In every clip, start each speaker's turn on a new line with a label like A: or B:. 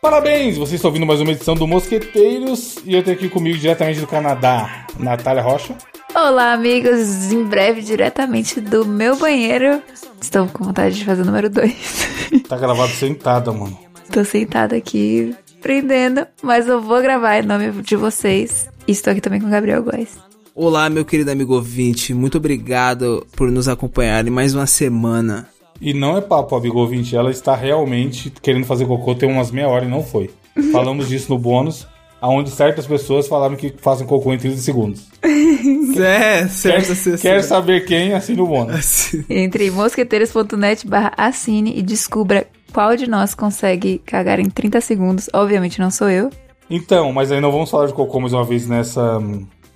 A: Parabéns! Vocês estão ouvindo mais uma edição do Mosqueteiros e eu tenho aqui comigo diretamente do Canadá, Natália Rocha.
B: Olá, amigos! Em breve, diretamente do meu banheiro. Estou com vontade de fazer o número 2.
A: Tá gravado sentada, mano.
B: Tô sentada aqui, prendendo, mas eu vou gravar em nome de vocês. E estou aqui também com o Gabriel Góes.
C: Olá, meu querido amigo ouvinte. Muito obrigado por nos acompanhar em mais uma semana.
A: E não é papo, amigo ouvinte, ela está realmente querendo fazer cocô tem umas meia hora e não foi. Falamos disso no bônus, aonde certas pessoas falaram que fazem cocô em 30 segundos.
C: Zé,
A: Quer,
C: É, certo, certo.
A: quer saber quem? Assina o bônus.
B: Entre em mosqueteiros.net barra assine e descubra qual de nós consegue cagar em 30 segundos. Obviamente não sou eu.
A: Então, mas aí não vamos falar de cocô mais uma vez nessa,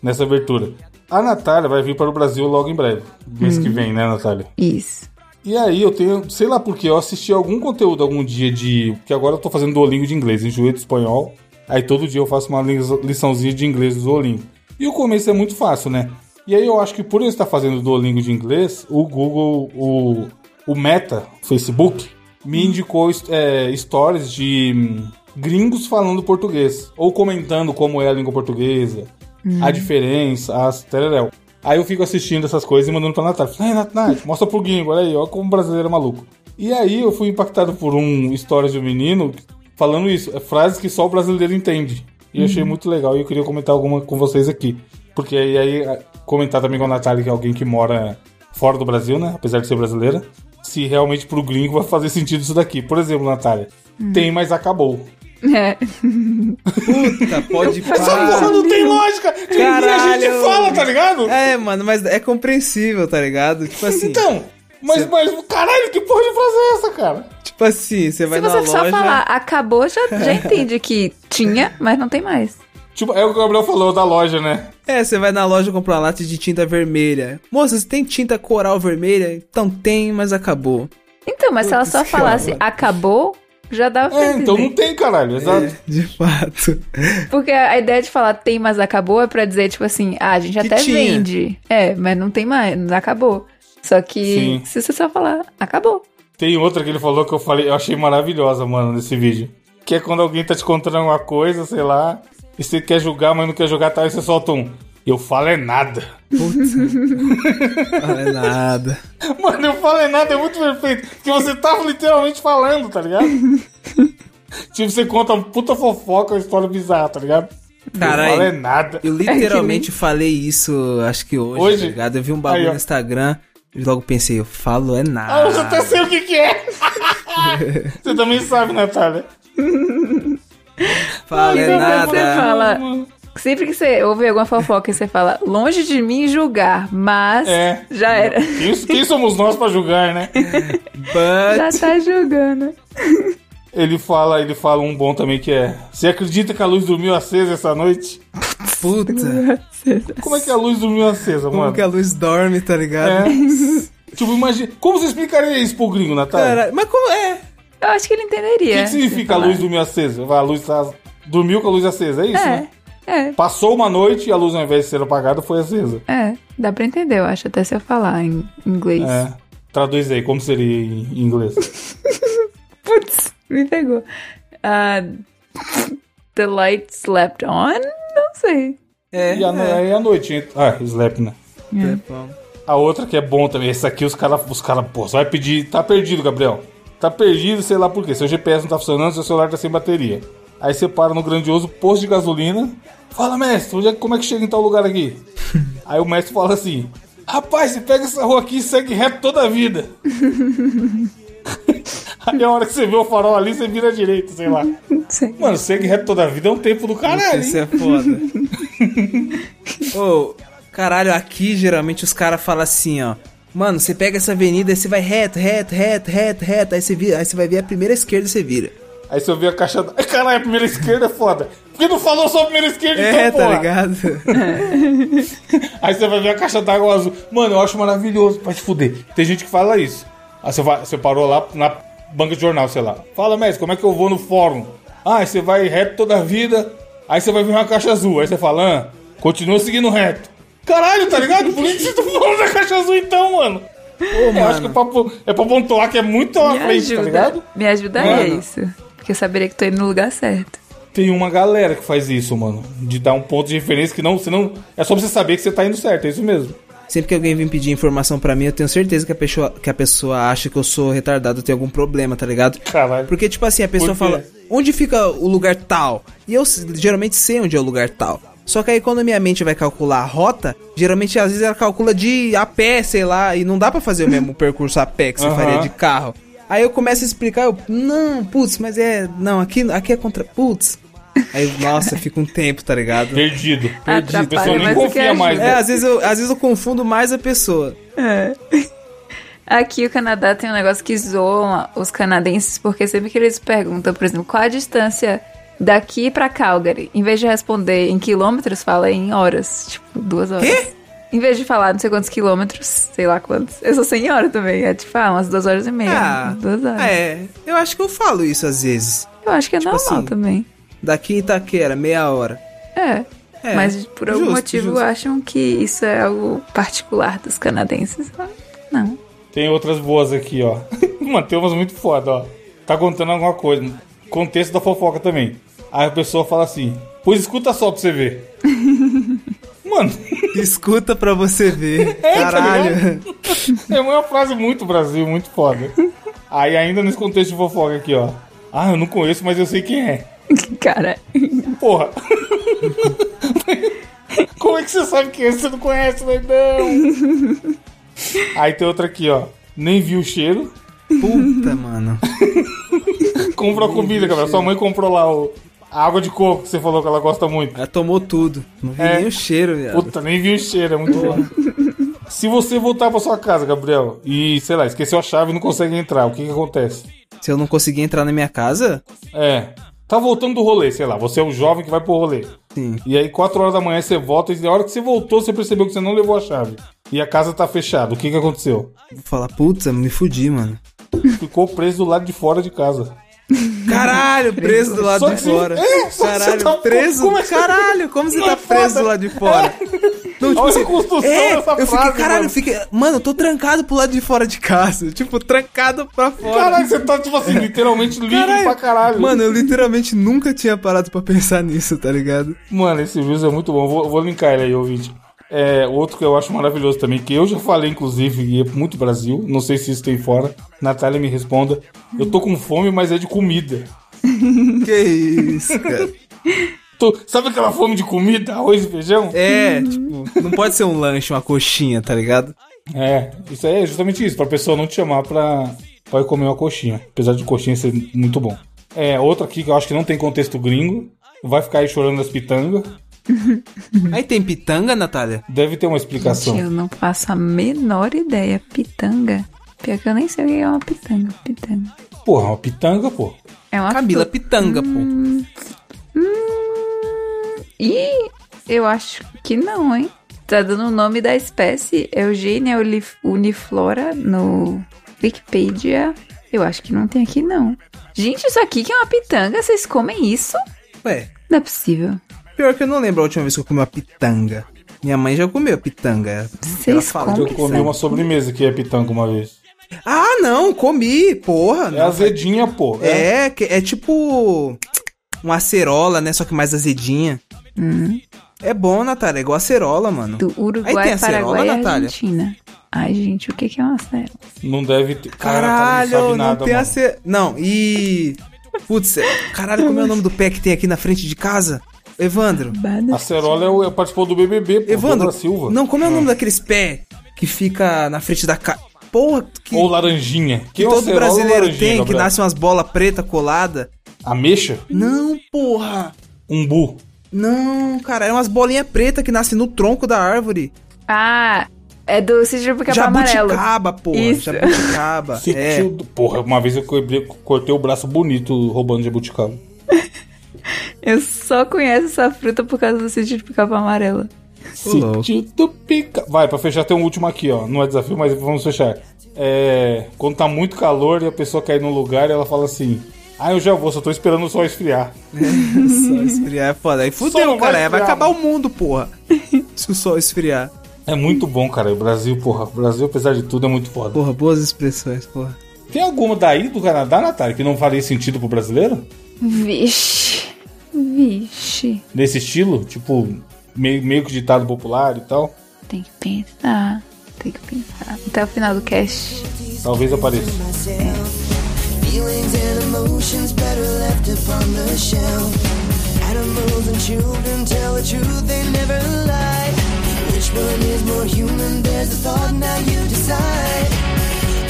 A: nessa abertura. A Natália vai vir para o Brasil logo em breve. Mês que vem, né, Natália?
B: Isso.
A: E aí eu tenho, sei lá porque, eu assisti algum conteúdo algum dia de. Porque agora eu tô fazendo Duolingo de inglês, enjoei do espanhol. Aí todo dia eu faço uma li- liçãozinha de inglês do Duolingo. E o começo é muito fácil, né? E aí eu acho que por eu estar fazendo Duolingo de inglês, o Google, o, o Meta, o Facebook, me indicou his- é, stories de hum, gringos falando português. Ou comentando como é a língua portuguesa, a diferença, as tereréu. Aí eu fico assistindo essas coisas e mandando pra Natália. Falei, "Ai, Nath, Nath, mostra pro gringo, olha aí, olha como o brasileiro é maluco. E aí eu fui impactado por um história de um menino falando isso. É frases que só o brasileiro entende. E eu achei muito legal e eu queria comentar alguma com vocês aqui. Porque aí, aí a- comentar também com a Natália, que é alguém que mora fora do Brasil, né? Apesar de ser brasileira. Se realmente pro gringo vai fazer sentido isso daqui. Por exemplo, Natália,
C: Hum.
A: tem, mas acabou.
B: É.
C: Puta, Tá, pode
A: Essa porra
C: parar.
A: não tem lógica! E a gente
C: Caralho!
A: fala, tá ligado?
C: É, mano, mas é compreensível, tá ligado? Tipo assim,
A: Então, mas, mas caralho, que porra de frase é essa, cara?
C: tipo assim, você vai
B: Se
C: na
B: você só
C: loja.
B: falar acabou, já, já entende que tinha, mas não tem mais.
A: Tipo, é o que o Gabriel falou da loja, né?
C: É, você vai na loja comprar uma lata de tinta vermelha. Moça, você tem tinta coral vermelha? Então tem, mas acabou.
B: Então, mas se ela só
C: Putz,
B: falasse
C: cara.
B: acabou, já dava pra
A: É, então não
B: entender.
A: tem, caralho, exato.
C: É, De fato.
B: Porque a ideia de falar tem, mas acabou é pra dizer, tipo assim, ah, a gente
C: Que
B: até
C: tinha.
B: vende. É, mas não tem mais, não acabou. Só que
A: Sim.
B: se você só falar, acabou.
A: Tem outra que ele falou que eu falei, eu achei maravilhosa, mano, nesse vídeo. Que é quando alguém tá te contando alguma coisa, sei lá, e você quer julgar, mas não quer julgar, tá? Aí você solta um. Eu falo é nada.
C: Putz. Não é nada.
A: Mano, eu falo é nada, é muito perfeito. Porque você tava literalmente falando, tá ligado? tipo, você conta uma puta fofoca, uma história bizarra, tá ligado? Eu falo é
C: Caralho.
A: nada.
C: Eu literalmente falei isso, acho que hoje,
A: Hoje?
C: tá ligado? Eu vi um bagulho
A: Aí, ó.
C: no Instagram e logo pensei, eu falo é
A: Ah, eu já até
C: nada.
A: sei o que que é. você também sabe, Natália.
C: Falo é
B: Então, quando
A: né?
B: Você
C: nada.
B: fala, sempre que você ouve alguma fofoca e você fala, longe de mim julgar, mas
A: É.
B: já era.
A: Isso, quem somos nós pra julgar, né?
C: But...
B: Já tá julgando.
A: Ele fala, ele fala um bom também que é. Você acredita que a luz dormiu acesa essa noite?
C: Puta.
A: Como é que a luz dormiu acesa,
C: Como
A: mano?
C: que a luz dorme, tá ligado?
A: É. tipo, imagina. Como você explicaria isso pro gringo, Natália?
C: Caralho, mas como é?
B: Eu acho que ele
A: O
B: entenderia.
A: que, que significa a
B: falar.
A: luz dormiu acesa? Vai, A luz tá- dormiu com a luz acesa, é isso,
B: É,
A: né?
B: é,
A: Passou uma noite e a luz, ao invés de ser apagada, foi acesa.
B: é. Dá pra entender, eu acho, até se eu falar em inglês.
A: É. Traduz aí, como seria em inglês?
B: Putz, me pegou. Ah, the light slept on? Não sei.
C: É.
A: e a, no- aí a noite. ent- Ah, slap, né?
C: É.
A: A outra que é bom também, essa aqui os caras, os cara, pô, você vai pedir, tá perdido, Gabriel. Tá perdido, sei lá por quê. Seu GPS não tá funcionando, seu celular tá sem bateria. Aí você para no grandioso posto de gasolina. Fala, mestre, onde é, que- como é que chega em tal lugar aqui? Aí o mestre fala assim: Rapaz, você pega essa rua aqui e segue reto toda a vida. Aí a hora que você vê o farol ali, você vira à direita, sei lá.
B: Não sei.
A: Mano, segue reto toda a vida é um tempo do caralho.
C: Isso
A: hein?
C: é foda. Ô, caralho, aqui geralmente os caras falam assim, ó. Mano, você pega essa avenida, aí você vai reto, reto, reto, reto, reto. Aí você, vira, aí você vai ver a primeira esquerda e você vira.
A: Aí você vê a caixa. da- Ai, Caralho, a primeira esquerda é foda. Por que não falou só a primeira esquerda então,
C: É,
A: porra?
C: tá ligado?
A: Aí você vai ver a caixa d'água azul. Mano, eu acho maravilhoso pra te fuder. Tem gente que fala isso. Aí você, vai- você parou lá na banca de jornal, sei lá. Fala, mestre, como é que eu vou no fórum? Ah, você vai reto toda a vida. Aí você vai ver uma caixa azul. Aí você fala, ah, continua seguindo reto. Caralho, tá ligado? Por que vocês estão falando da caixa azul então, mano? eu acho que é pra, po- é pra pontuar que é muito à
B: Me
A: frente, tá
B: ajuda.
A: ligado?
B: me ajuda aí,
A: Mano.
B: é isso. Porque eu saberia que tô indo no lugar certo.
A: Tem uma galera que faz isso, mano. De dar um ponto de referência que não, senão. É só pra você saber que você tá indo certo, é isso mesmo.
C: Sempre que alguém vem pedir informação pra mim, eu tenho certeza que a pessoa, que a pessoa acha que eu sou retardado, tem algum problema, tá ligado?
A: Caralho.
C: Porque, tipo assim, a pessoa
A: Por quê?
C: fala, onde fica o lugar tal? E eu s- geralmente sei onde é o lugar tal. Só que aí quando minha mente vai calcular a rota, geralmente às vezes ela calcula de a pé, sei lá, e não dá pra fazer o mesmo percurso a pé que você
A: Aham.
C: faria de carro. Aí eu começo a explicar, eu, não, putz, mas é, não, aqui, aqui é contra, putz. Aí, nossa, fica um tempo, tá ligado?
A: Perdido. Perdido. A
B: Atrapalha
A: pessoa nem
B: mais do que
A: confia
B: ajuda.
A: mais.
C: É,
A: né?
C: às vezes, eu, às vezes eu confundo mais a pessoa.
B: É. Aqui o Canadá tem um negócio que zoa os canadenses, porque sempre que eles perguntam, por exemplo, qual a distância daqui pra Calgary, em vez de responder em quilômetros, fala em horas, tipo, duas horas.
C: Quê?
B: Em vez de falar não sei quantos quilômetros, sei lá quantos. Eu sou senhora também, é tipo, ah, umas duas horas e meia.
C: Ah,
B: umas duas horas.
C: é. Eu acho que eu falo isso às vezes.
B: Eu acho que é normal
C: assim.
B: também.
C: Daqui em Itaquera, meia hora.
B: É.
C: É,
B: Mas por algum
C: justo,
B: motivo
C: justo.
B: acham que isso é algo particular dos canadenses. Não.
A: Tem outras boas aqui, ó. Mano, tem umas muito foda, ó. Tá contando alguma coisa. Contexto da fofoca também. Aí a pessoa fala assim: Pois escuta só pra você ver. Mano,
C: Escuta pra você ver.
A: É, tá
C: Caralho.
A: é uma frase muito Brasil, muito foda. Aí ainda nesse contexto de fofoca aqui, ó. Ah, eu não conheço, mas eu sei quem é.
B: Cara,
A: Porra. Como é que você sabe quem é? Você não conhece, doidão? Aí tem outra aqui, ó. Nem viu o cheiro.
C: Puta, mano.
A: Comprou a comida, cara. Sua mãe comprou lá o... a água de coco que você falou que ela gosta muito.
C: Ela tomou tudo. Não vi
A: É.
C: nem o cheiro, viado.
A: Puta, nem viu o cheiro, é muito bom. Se você voltar pra sua casa, Gabriel, e, sei lá, esqueceu a chave e não consegue entrar, o que que acontece?
C: Se eu não conseguir entrar na minha casa?
A: É, tá voltando do rolê, sei lá, você é o jovem que vai pro rolê.
C: Sim.
A: E aí, 4 horas da manhã, você volta e na hora que você voltou, você percebeu que você não levou a chave. E a casa tá fechada, o que que aconteceu?
C: Vou falar, puta, me fudi, mano.
A: Ficou preso do lado de fora de casa.
C: Caralho, preso do lado
A: Só
C: de
A: que-
C: fora.
A: É, só que você
C: Caralho,
A: tá-
C: preso.
A: como é que-
C: Caralho, como você
A: Não é
C: tá preso
A: foda?
C: do lado de fora? Não, tipo assim, é,
A: Olha a construção dessa
C: eu fiquei,
A: frase,
C: caralho,
A: mano.
C: eu fiquei, mano, eu tô trancado pro lado de fora de casa, tipo, trancado pra fora.
A: Caralho, você tá, tipo assim, literalmente livre
C: Caralho.
A: pra caralho.
C: Mano, eu literalmente nunca tinha parado pra pensar nisso, tá ligado?
A: Mano, esse Reels é muito bom. Vou, vou linkar ele aí, ouvinte. É, outro que eu acho maravilhoso também, que eu já falei, inclusive, e é muito Brasil. Não sei se isso tem fora. Natália me responda. Eu tô com fome, mas é de comida.
C: Que isso, cara.
A: Tô- sabe aquela fome de comida, arroz e feijão?
C: É, tipo, não pode ser um lanche, uma coxinha, tá ligado?
A: É, isso aí é justamente isso, pra pessoa não te chamar pra, pra ir comer uma coxinha. Apesar de coxinha ser muito bom. É, outro aqui que eu acho que não tem contexto gringo. Vai ficar aí chorando das pitangas.
C: Aí tem pitanga, Natália?
A: Deve ter uma explicação.
B: eu não faço a menor ideia. Pitanga. Pior que eu nem sei o que é uma pitanga. Pitanga.
A: Porra, uma pitanga, pô.
B: É uma
C: Camila, pitanga, pô.
B: E Hum, eu acho que não, hein? Tá dando o nome da espécie Eugênia uli- uniflora no Wikipedia. Eu acho que não tem aqui, não. Gente, isso aqui que é uma pitanga, vocês comem isso?
C: Ué,
B: Não é possível.
C: pior que eu não lembro a última vez que eu comi uma pitanga. Minha mãe já comeu pitanga. Ela
B: Vocês
C: fala de-
A: Eu
B: comem
A: comi
B: isso?
A: uma sobremesa que é pitanga uma vez.
C: Ah, não, comi, porra.
A: É né? azedinha, pô.
C: É, que- é tipo uma acerola, né? Só que mais azedinha.
B: Hum.
C: É bom, Natália, é igual acerola, mano.
B: Do
C: Aí tem
B: Uruguai,
C: acerola,
B: Paraguai e
C: Natália?
B: Argentina. Ai, gente, o que que é uma acerola?
A: Não deve ter. Cara,
C: Caralho,
A: ela não
C: não,
A: sabe nada,
C: tem
A: mano.
C: acerola. Não, e. Putz, é- caralho, como é o nome do pé que tem aqui na frente de casa? Evandro.
B: Bada.
A: Acerola é o, é- participou do BBB, pô.
C: Evandro.
A: Douglas Silva.
C: Não, como é o nome daqueles pé que fica na frente da casa? Porra, que,
A: Ou laranjinha.
C: que
A: é o
C: todo
A: acerola ou
C: brasileiro
A: laranjinha,
C: tem, que
A: Gabriel?
C: nasce umas bolas preta colada.
A: Ameixa?
C: Não, porra.
A: Umbu.
C: Não, cara, é umas bolinhas pretas que nascem no tronco da árvore.
B: Ah, é do Cidro Pica-Pau Amarelo.
C: Jabuticaba, porra.
B: Isso.
C: Jabuticaba. é.
A: Sentiu do- Porra, uma vez eu quebrei- cortei o braço bonito roubando jabuticaba.
B: Eu só conheço essa fruta por causa do Cidro Pica-Pau Amarelo.
C: louco.
A: Sentiu do pica. Vai, pra fechar tem um último aqui, ó. Não é desafio, mas vamos fechar. É. Quando tá muito calor e a pessoa cai num lugar e ela fala assim: Ah, eu já vou, só tô esperando o sol esfriar.
C: Só esfriar é foda. Aí
A: Só
C: fudeu,
A: não vai
C: cara. Aí vai
A: esfriar,
C: acabar o mundo, porra. Se o sol esfriar.
A: É muito bom, cara. O Brasil, porra. O Brasil, apesar de tudo, é muito foda.
C: Porra, boas expressões, porra.
A: Tem alguma daí do Canadá, Natália, que não faria sentido pro brasileiro?
B: Vixe. Vixe.
A: Nesse estilo? Tipo, meio, meio que ditado popular e tal?
B: Tem que pensar. Tem que pensar. Até o final do cast.
A: Talvez apareça.
D: Feelings and emotions better left upon the shelf. Animals and children tell the truth, they never lie. Which one is more human? There's a thought, now you decide.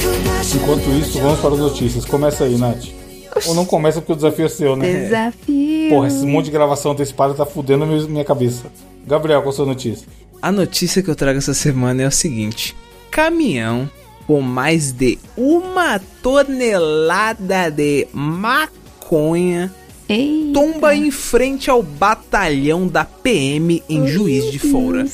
D: Compassion
A: Enquanto isso, vamos para as notícias. Começa aí, Nath. Ou não começa porque o desafio é seu, né?
B: Desafio.
A: Porra, esse monte de gravação antecipada tá fudendo meu- minha cabeça. Gabriel, qual a sua notícia?
C: A notícia que eu trago essa semana é o seguinte: caminhão com mais de uma tonelada de maconha
B: Ei.
C: tomba em frente ao batalhão da PM em Juiz de Fora.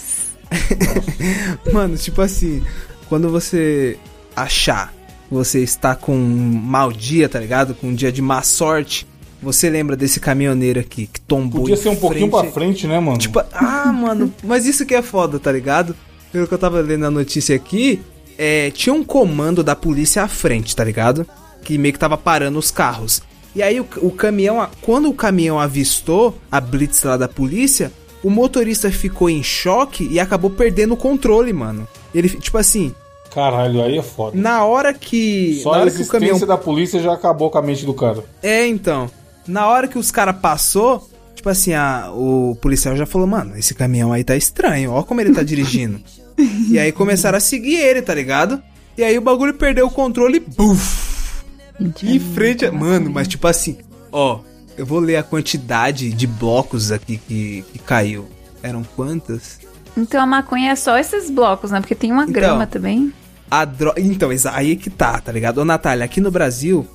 C: Mano, tipo assim, quando você achar que você está com um mau dia, tá ligado? Com um dia de má sorte, você lembra desse caminhoneiro aqui que tombou
A: Podia
C: em
A: ser um pouquinho pra frente, né, mano?
C: Tipo, ah, mano, mas isso que é foda, tá ligado? Pelo que eu tava lendo a notícia aqui, é, tinha um comando da polícia à frente, tá ligado? Que meio que tava parando os carros. E aí o, o caminhão, a- quando o caminhão avistou a blitz lá da polícia, o motorista ficou em choque e acabou perdendo o controle, mano. Ele, tipo assim,
A: Caralho, aí é foda.
C: na hora que.
A: Só
C: na
A: a
C: hora que o
A: existência
C: caminhão
A: da polícia já acabou com a mente do cara.
C: é, então. Na hora que os cara passou, tipo assim, a- o policial já falou, mano, esse caminhão aí tá estranho, ó como ele tá dirigindo. e aí começaram a seguir ele, tá ligado? E aí o bagulho perdeu o controle e buf!
B: Gente,
C: Em frente. a- Mano, mas tipo assim, ó, eu vou ler a quantidade de blocos aqui que, que caiu. Eram quantas?
B: Então a maconha é só esses blocos, né? Porque tem uma
C: Então.
B: grama também.
C: A dro... Então, exa- aí que tá, tá ligado? Ô, Natália, aqui no Brasil,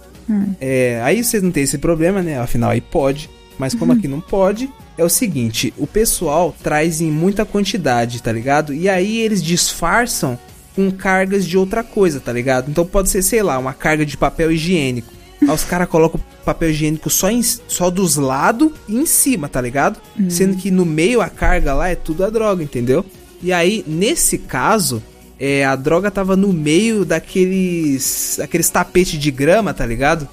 C: é, aí vocês não tem esse problema, né? Afinal, aí pode. Mas como aqui não pode, é o seguinte: o pessoal traz em muita quantidade, tá ligado? E aí eles disfarçam com cargas de outra coisa, tá ligado? Então pode ser, sei lá, uma carga de papel higiênico. Aí os caras colocam papel higiênico só, em- só dos lados e em cima, tá ligado? Sendo que no meio a carga lá é tudo a droga, entendeu? E aí, nesse caso, é, a droga tava no meio daqueles. aqueles tapete de grama, tá ligado?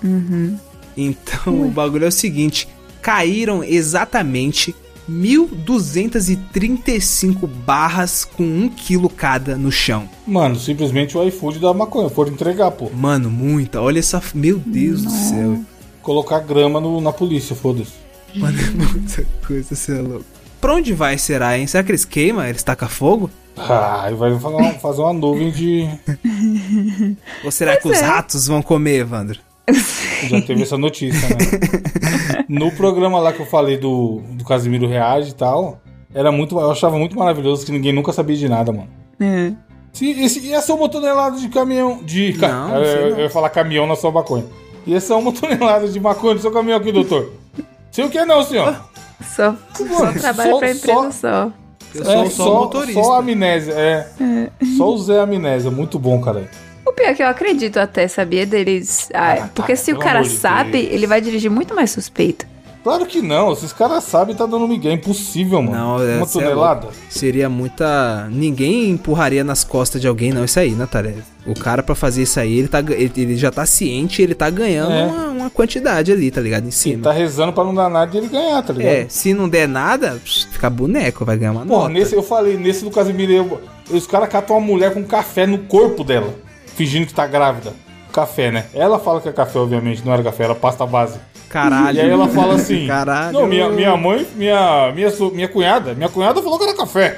C: Então o bagulho é o seguinte: caíram exatamente 1.235 barras com 1 quilo cada no chão.
A: Mano, simplesmente o iFood da maconha. Foram entregar, pô.
C: Mano, muita. Olha essa. f- Meu Deus do céu.
A: Colocar grama no- na polícia, foda-se.
C: Mano, é muita coisa, você é louco. Pra onde vai, será, hein? Será que eles queimam? Eles tacam fogo?
A: Ah, e vai fazer uma, fazer uma nuvem de.
C: Ou será que os ratos vão comer, Evandro?
A: Já teve essa notícia, né? No programa lá que eu falei do, do Casimiro Reage e tal, era muito, eu achava muito maravilhoso que ninguém nunca sabia de nada, mano.
B: É.
A: Se, esse, ia ser uma tonelada de caminhão. De. ca-
C: Não, não
A: eu,
C: sei não.
A: eu ia falar caminhão na sua maconha. Ia ser uma tonelada de maconha no seu caminhão aqui, doutor. Sei o que não, senhor.
C: Ah,
B: Só, só trabalho
A: é? só-
B: pra empresa só.
C: Eu
A: É,
C: sou só o motorista. né?
A: Só a amnésia, é. Só o Zé Amnésia, muito bom, cara.
B: O pior é que eu acredito até, sabia? Deles. Ah,
A: Ah,
B: porque
A: tá,
B: se o
A: pelo
B: cara
A: amor de
B: sabe,
A: Deus.
B: ele vai dirigir muito mais suspeito.
A: Claro que não, esses caras sabem tá dando migué, é impossível, mano.
C: Não, é,
A: Uma
C: cê é
A: tonelada?
C: Seria muita. Ninguém empurraria nas costas de alguém, não. Isso aí, Natália. O cara, pra fazer isso aí, ele, tá, ga- ele, ele já tá ciente, ele tá ganhando
A: É.
C: uma, uma quantidade ali, tá ligado? Em
A: Ele
C: cima.
A: tá rezando pra não dar nada e ele ganhar, tá ligado?
C: É, se não der nada, pss, fica boneco, vai ganhar uma
A: Porra,
C: nota.
A: nesse eu falei, nesse do Casimiro, eu- os caras catam uma mulher com café no corpo dela, fingindo que tá grávida. Café, né? Ela fala que é café, obviamente, não era café, era pasta base.
C: Caralho.
A: E aí ela fala assim:
C: Caralho.
A: Não, minha, minha mãe, minha, minha, su- minha cunhada, minha cunhada falou que era café.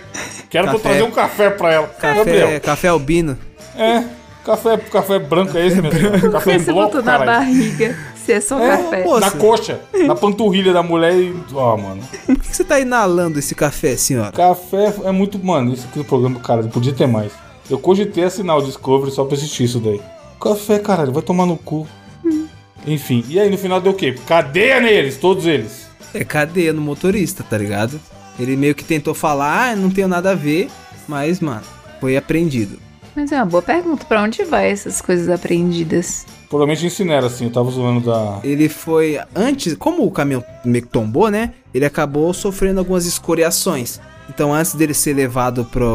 A: Que era pra eu
C: Café.
A: trazer um café pra ela.
C: Café,
A: Gabriel,
C: café albino.
A: é. Café, café branco é esse mesmo?
B: Por
A: Café
B: que
A: em
B: você
A: bloco,
B: botou na
A: caralho.
B: barriga se é só café?
C: pô,
A: Na
C: Nossa.
A: coxa, na panturrilha da mulher e. Ó, mano.
C: Por que que você tá inalando esse café, senhora?
A: Café é muito. Mano, isso aqui é o programa do cara, podia ter mais. Eu cogitei assinar o Discovery só pra assistir isso daí. Café, caralho, vai tomar no cu. Enfim, e aí no final deu o quê? Cadeia neles, todos eles.
C: É cadeia no motorista, tá ligado? Ele meio que tentou falar, ah, não tenho nada a ver, mas, mano, foi apreendido.
B: Mas é uma boa pergunta. Pra onde vai essas coisas apreendidas?
A: Provavelmente incinera, assim, eu tava zoando da.
C: ele foi antes, como o caminhão meio que tombou, né? Ele acabou sofrendo algumas escoriações. Então, antes dele ser levado para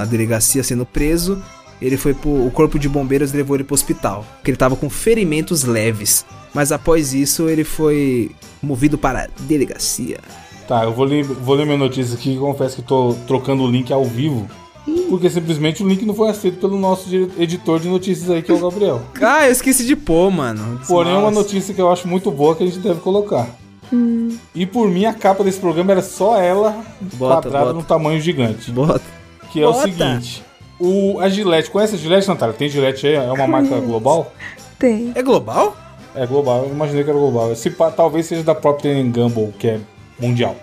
C: a delegacia sendo preso, Ele foi pro, o corpo de bombeiros levou ele pro hospital, porque ele tava com ferimentos leves. Mas após isso, ele foi movido para a delegacia.
A: Tá, eu vou ler, vou ler minha notícia aqui e confesso que tô trocando o link ao vivo. Porque simplesmente o link não foi aceito pelo nosso dire- editor de notícias aí, que é o Gabriel.
C: Ah, eu esqueci de pôr, mano.
A: Porém, é uma
C: Nossa.
A: notícia que eu acho muito boa que a gente deve colocar. E por mim, a capa desse programa era só ela
C: Bota,
A: quadrada
C: bota.
A: no tamanho gigante.
C: Bota.
A: Que é o
C: Bota.
A: seguinte: o, a Gillette, conhece a Gillette, Natália? Tem Gillette aí? É uma marca global?
B: Tem.
C: É global?
A: É global, eu imaginei que era global. Se pá, talvez seja da própria Procter Gamble, que é mundial.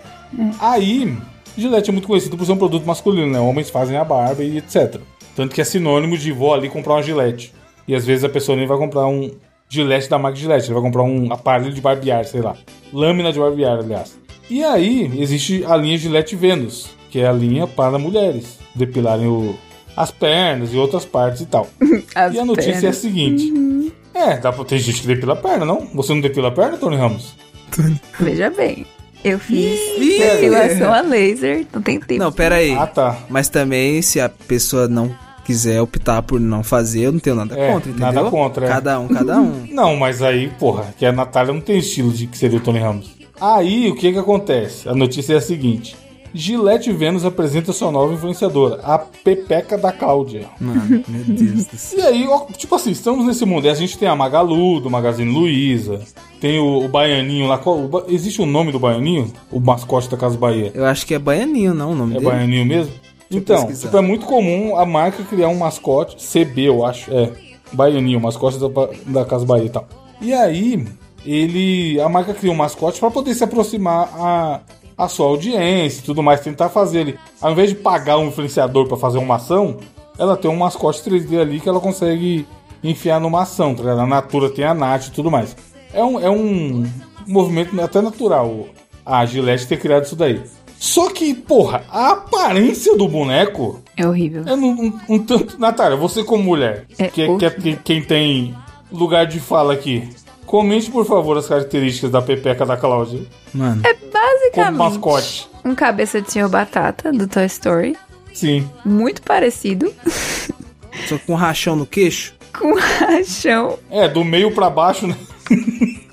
A: Aí, Gillette é muito conhecido por ser um produto masculino, né? Homens fazem a barba e etc. Tanto que é sinônimo de vou ali comprar uma Gillette. E às vezes a pessoa nem vai comprar um Gillette da marca Gillette, ele vai comprar um aparelho de barbear, sei lá. Lâmina de barbear, aliás. E aí, existe a linha Gillette Venus, que é a linha para mulheres depilarem o- as pernas e outras partes e tal.
B: As
A: E a notícia é a
B: pernas. Uhum.
A: seguinte. É, dá pra ter gente que depila a perna, não? Você não depila a perna, Tony Ramos? é-
B: Veja bem. Eu fiz
C: Ih,
B: depilação a laser, não tem tempo.
C: Não, pera aí.
A: Ah, tá.
C: Mas também, se a pessoa não quiser optar por não fazer, eu não tenho nada
A: É,
C: contra, entendeu?
A: nada contra, é.
C: Cada um, cada um.
A: Não, mas aí, porra, que a Natália não tem estilo de que seria o Tony Ramos. Aí, o que que acontece? A notícia é a seguinte. Gillette Venus apresenta sua nova influenciadora, a Pepeca da Cláudia.
C: Mano, meu Deus do céu.
A: E aí, ó, tipo assim, estamos nesse mundo. E a gente tem a Magalu, do Magazine Luiza. Tem o, o Baianinho lá. Qual- o ba- existe o nome do Baianinho? O mascote da Casa Bahia.
C: Eu acho que é baianinho, não, o nome
A: É
C: dele.
A: baianinho mesmo? Então,
C: pesquisar.
A: tipo, é muito comum a marca criar um mascote, CB, eu acho, é, baianinho, mascote da, ba- da Casa Bahia e tal. E aí, ele, a marca cria um mascote pra poder se aproximar a, a sua audiência e tudo mais, tentar fazer ele. Ao invés de pagar um influenciador pra fazer uma ação, ela tem um mascote 3D ali que ela consegue enfiar numa ação, tá ligado? A Natura tem a Nath e tudo mais. É um, é um movimento até natural a Gillette ter criado isso daí. Só que, porra, a aparência do boneco
B: É horrível.
A: é um, um- um tanto. Natália, você como mulher,
B: É
A: que, que,
B: horrível.
A: que- quem tem lugar de fala aqui, comente por favor as características da Pepeca da Cláudia
C: Mano,
B: É
A: como
B: basicamente
A: mascote.
B: um cabeça de senhor batata do Toy Story.
A: Sim.
B: Muito parecido.
C: só com um rachão no queixo.
B: com rachão.
A: É, do meio pra baixo, né?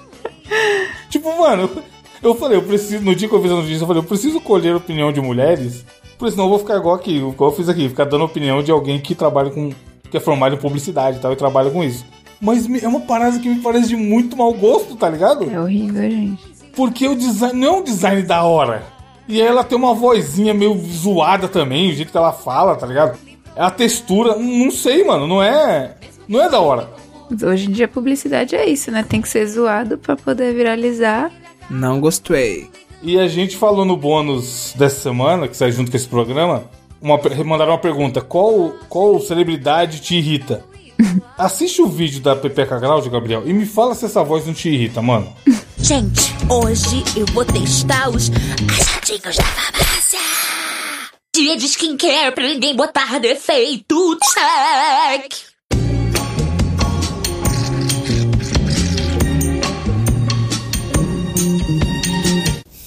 A: tipo, mano, eu falei, eu preciso, no dia que eu fiz a notícia, eu falei, eu preciso colher opinião de mulheres, porque senão eu vou ficar igual aqui, igual eu fiz aqui, ficar dando opinião de alguém que trabalha com, que é formado em publicidade e tal, e trabalha com isso. Mas me- é uma parada que me parece de muito mau gosto, tá ligado?
B: É horrível, gente.
A: Porque o design não é um design da hora. E ela tem uma vozinha meio zoada também, o jeito que ela fala, tá ligado? A textura, não sei, mano, não é, não é da hora.
B: Mas Hoje em dia a publicidade é isso, né? Tem que ser zoado pra poder viralizar.
C: Não gostei.
A: E a gente falou no bônus dessa semana, que sai junto com esse programa, uma, per- mandaram uma pergunta: qual, qual celebridade te irrita? Assiste o vídeo da Pepeca Cláudia, Gabriel, e me fala se essa voz não te irrita, mano.
E: Gente, hoje eu vou testar os achadinhos da farmácia. Dia de skincare pra ninguém botar defeito. Check!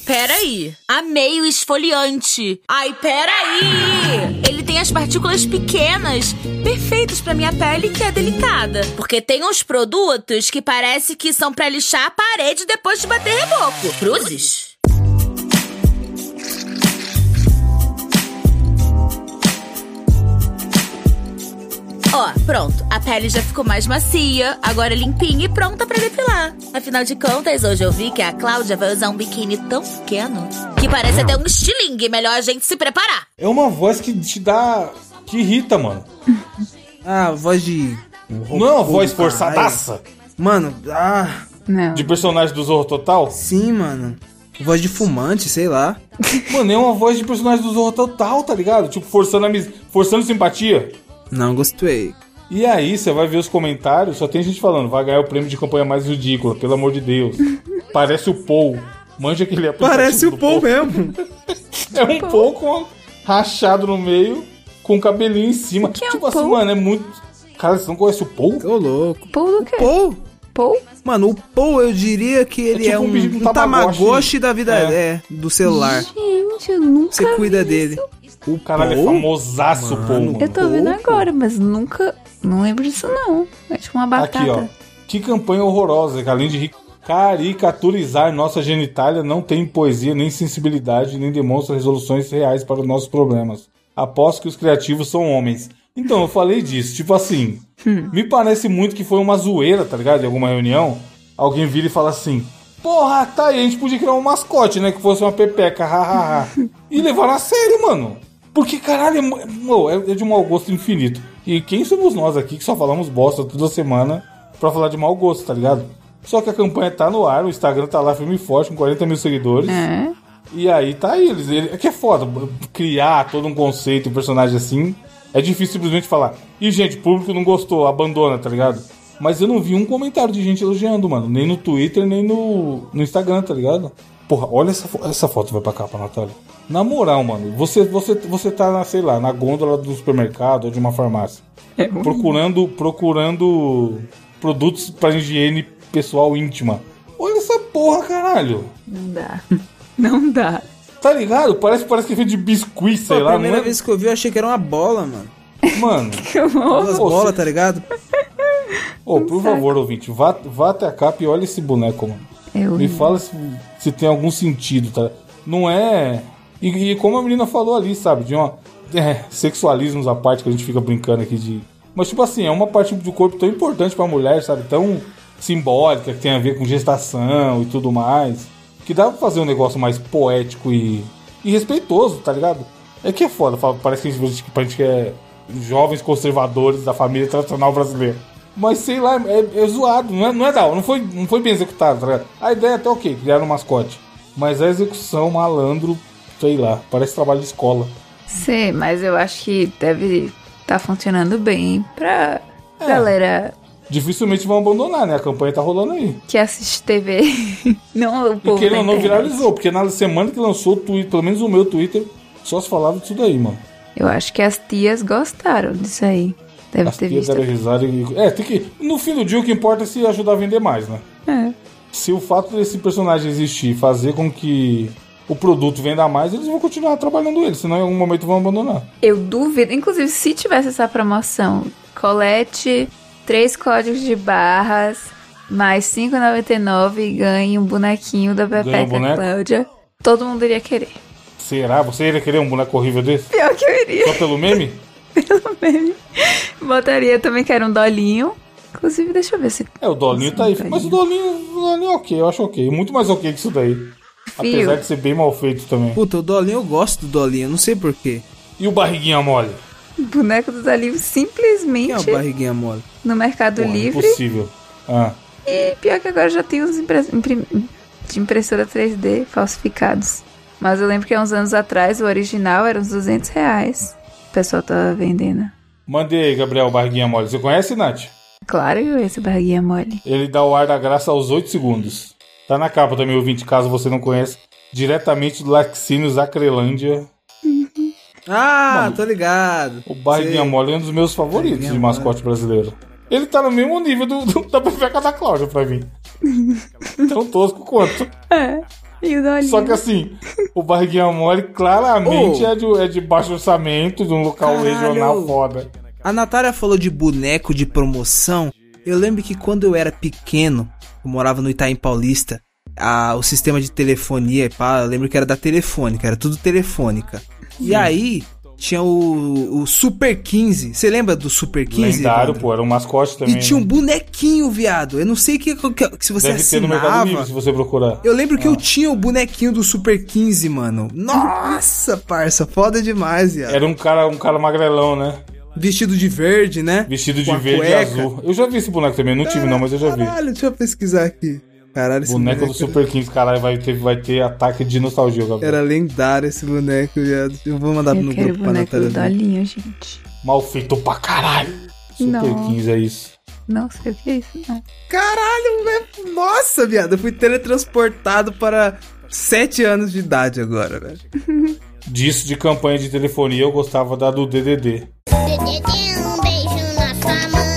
E: Peraí, amei o esfoliante. Ai, peraí! Ele tem as partículas pequenas, perfeitas pra minha pele que é delicada. Porque tem uns produtos que parece que são pra lixar a parede depois de bater reboco. Cruzes? Ó, pronto. A pele já ficou mais macia, agora limpinha e pronta pra depilar. Afinal de contas, hoje eu vi que a Cláudia vai usar um biquíni tão pequeno que parece até um estilingue. Melhor a gente se preparar.
A: É uma voz que te dá. que irrita, mano.
C: Ah, voz de.
A: Não é uma voz
C: caralho.
A: forçadaça
C: Mano, ah,
B: Não.
A: de personagem do Zorro Total?
C: sim, mano. Voz de fumante, sei lá.
A: Mano, é uma voz de personagem do Zorro Total, tá ligado? Tipo, forçando, amiz... forçando simpatia.
C: Não gostei.
A: E aí, você vai ver os comentários, só tem gente falando, vai ganhar o prêmio de campanha mais ridícula, pelo amor de Deus. Parece o Paul. Manja aquele aplicativo
C: Parece o
A: do
C: Paul mesmo.
A: É um pouco rachado no meio, com o cabelinho em cima.
B: que é um
A: tipo assim,
B: Paul?
A: mano, é muito. Cara, você não conhece o Paul?
C: Ô, louco.
B: Paul do quê?
C: Paul?
B: Paul?
C: Mano, o Paul eu diria que ele
A: tipo
C: é,
A: um
C: um,
A: bicho- um
C: um
A: Tamagotchi.
C: tamagotchi da vida é. do celular.
B: Gente, eu nunca
C: Você cuida
B: vi
C: dele.
B: isso.
A: O caralho é
C: Paul?
A: famosaço, pô.
C: Mano.
A: mano.
B: Eu tô vendo
C: Opa.
B: agora, mas nunca. Não lembro disso, não. É tipo uma batata.
A: Aqui, ó. Que campanha horrorosa, que além de ri- caricaturizar nossa genitália, não tem poesia, nem sensibilidade, nem demonstra resoluções reais para os nossos problemas. Aposto que os criativos são homens. Então, eu falei disso, tipo assim. Me parece muito que foi uma zoeira, tá ligado? Em alguma reunião, alguém vira e fala assim: Porra, tá aí, a gente podia criar um mascote, né? Que fosse uma pepeca, hahaha. e levaram a sério, mano. Porque, caralho, é, mu- mo- é é de um mau gosto infinito. E quem somos nós aqui que só falamos bosta toda semana pra falar de mau gosto, tá ligado? Só que a campanha tá no ar, o Instagram tá lá firme e forte, com 40 mil seguidores.
B: É.
A: E aí tá aí, eles. Ele, é que é foda. Criar todo um conceito, um personagem assim. É difícil simplesmente falar. E, gente, o público não gostou, abandona, tá ligado? Mas eu não vi um comentário de gente elogiando, mano. Nem no Twitter, nem no, no Instagram, tá ligado? Porra, olha essa, fo- essa foto, vai pra cá, pra Natália. Na moral, mano, você, você, você tá, na, sei lá, na gôndola do supermercado ou de uma farmácia.
B: É ruim.
A: procurando, procurando produtos pra higiene pessoal íntima. Olha essa porra, caralho.
B: Não dá. Não dá.
A: Tá ligado? Parece, parece que é feito de biscuit, sei
C: Pô, a
A: lá, não
C: primeira
A: é?
C: vez que eu vi, eu achei que era uma bola, mano.
A: Mano,
C: Duas
A: Pô,
C: bolas,
A: se-
C: tá ligado?
A: ô, por favor, ouvinte, vá, vá até a capa e olha esse boneco, mano.
B: É
A: Me
B: horrível.
A: fala se, se tem algum sentido, tá? Não é. E, e como a menina falou ali, sabe? De uma. É, sexualismos à parte que a gente fica brincando aqui de. Mas, tipo assim, é uma parte do corpo tão importante pra mulher, sabe? Tão simbólica, que tem a ver com gestação e tudo mais. Que dá pra fazer um negócio mais poético e, e respeitoso, tá ligado? É que é foda, fala- parece que a gente, que a gente é jovens conservadores da família tradicional brasileira. Mas sei lá, é, é zoado, não é, não é da hora, não foi, não foi bem executado, tá ligado? A ideia é até ok, criaram um mascote. Mas a execução, malandro, sei lá, parece trabalho de escola.
B: Sim, mas eu acho que deve tá funcionando bem pra
A: É.
B: galera
A: Dificilmente vão abandonar, né? A campanha tá rolando aí.
B: que assiste TV. não o
A: E
B: povo.
A: que ele
B: da
A: não
B: internet.
A: viralizou, porque na semana que lançou o Twitter, pelo menos o meu Twitter, só se falava disso daí, mano.
B: Eu acho que as tias gostaram disso aí. Deve
A: As
B: ter
A: tias
B: visto.
A: deram risada e. É, tem que. No fim do dia, o que importa é se ajudar a vender mais, né?
B: É.
A: Se o fato desse personagem existir fazer com que o produto venda mais, eles vão continuar trabalhando ele, senão em algum momento vão abandonar.
B: Eu duvido. Inclusive, se tivesse essa promoção, colete três códigos de barras, mais 5,99 e ganhe um bonequinho da Pepeca
A: boneco?
B: Cláudia, todo mundo iria querer.
A: Será? Você iria querer um boneco horrível desse?
B: Pior que eu iria,
A: Só pelo meme?
B: pelo meme. Botaria também, que era um dolinho. Inclusive, deixa eu ver se.
A: É, o Dolinho tá aí.
B: Sim,
A: Mas o Dolinho, o Dolinho é ok, eu acho ok. Muito mais ok que isso daí. Apesar de ser bem mal feito também.
C: Puta, o Dolinho eu gosto do Dolinho, eu não sei porquê.
A: E o Barriguinha Mole?
B: O boneco do Dolinho
C: Quem é o
B: simplesmente
C: barriguinha mole?
B: no Mercado
A: Pô,
B: Livre.
A: Impossível. Ah,
B: E pior que agora já tem os impre- imprim- de impressora 3D falsificados. Mas eu lembro que há uns anos atrás o original era uns 200 reais. O pessoal tava vendendo.
A: mandei aí, Gabriel, o Barriguinha Mole. Você conhece, Nath?
B: Claro que eu ia esse barriguinha é mole.
A: Ele dá o ar da graça aos 8 segundos. Tá na capa também, ouvinte, caso você não conhece. Diretamente do Laticínios Acrelândia.
C: Ah, tô ligado.
A: O Barriguinha
C: Sei.
A: Mole é um dos meus favoritos de
C: Barriguinha
A: mascote brasileiro. Ele tá no mesmo nível do, do- da pepeca da Cláudia pra mim. Tão tosco quanto.
B: É. E o Dolinho.
A: Só que assim, o Barriguinha Mole claramente
C: Ô.
A: é, de, é de baixo orçamento, de um local
C: Caralho.
A: regional foda.
C: A Natália falou de boneco de promoção. Eu lembro que quando eu era pequeno, eu morava no Itaim Paulista, a- o sistema de telefonia, e pá, eu lembro que era da telefônica, era tudo telefônica. E aí tinha o, o Super 15. Você lembra do Super 15?
A: Lendário,
C: Evandro?
A: pô, era um mascote também.
C: E tinha um
A: né?
C: bonequinho, viado. Eu não sei que, que- se você
A: Deve ter no Mercado Ah. Livre,
C: assinava.
A: se você procurar.
C: Eu lembro que eu tinha o bonequinho do Super 15, mano. Nossa, parça, foda demais, viado.
A: Era um cara, um cara magrelão, né?
C: Vestido de verde, né?
A: Vestido de
C: Com a
A: verde e
C: cueca.
A: azul. Eu já vi esse boneco também, não tive não, mas eu já vi.
C: Caralho, deixa eu pesquisar aqui. Caralho, esse
A: Boneco do Super 15, caralho, vai ter, vai ter ataque de nostalgia, Gabriel.
C: Era lendário esse boneco, viado. Eu vou mandar
B: Eu
C: no
B: quero o
C: grupo pra
B: boneco
C: Natália.
B: do
C: ver.
B: Dolinho, gente.
A: Mal feito pra caralho. Super
B: Não.
A: 15 é isso.
B: Não sei o que é isso, não.
C: Caralho, velho. Nossa, viado. Eu fui teletransportado para 7 anos de idade agora, velho.
A: Disso de campanha de telefonia, eu gostava da do DDD.
F: Dedê, um beijo na sua mãe.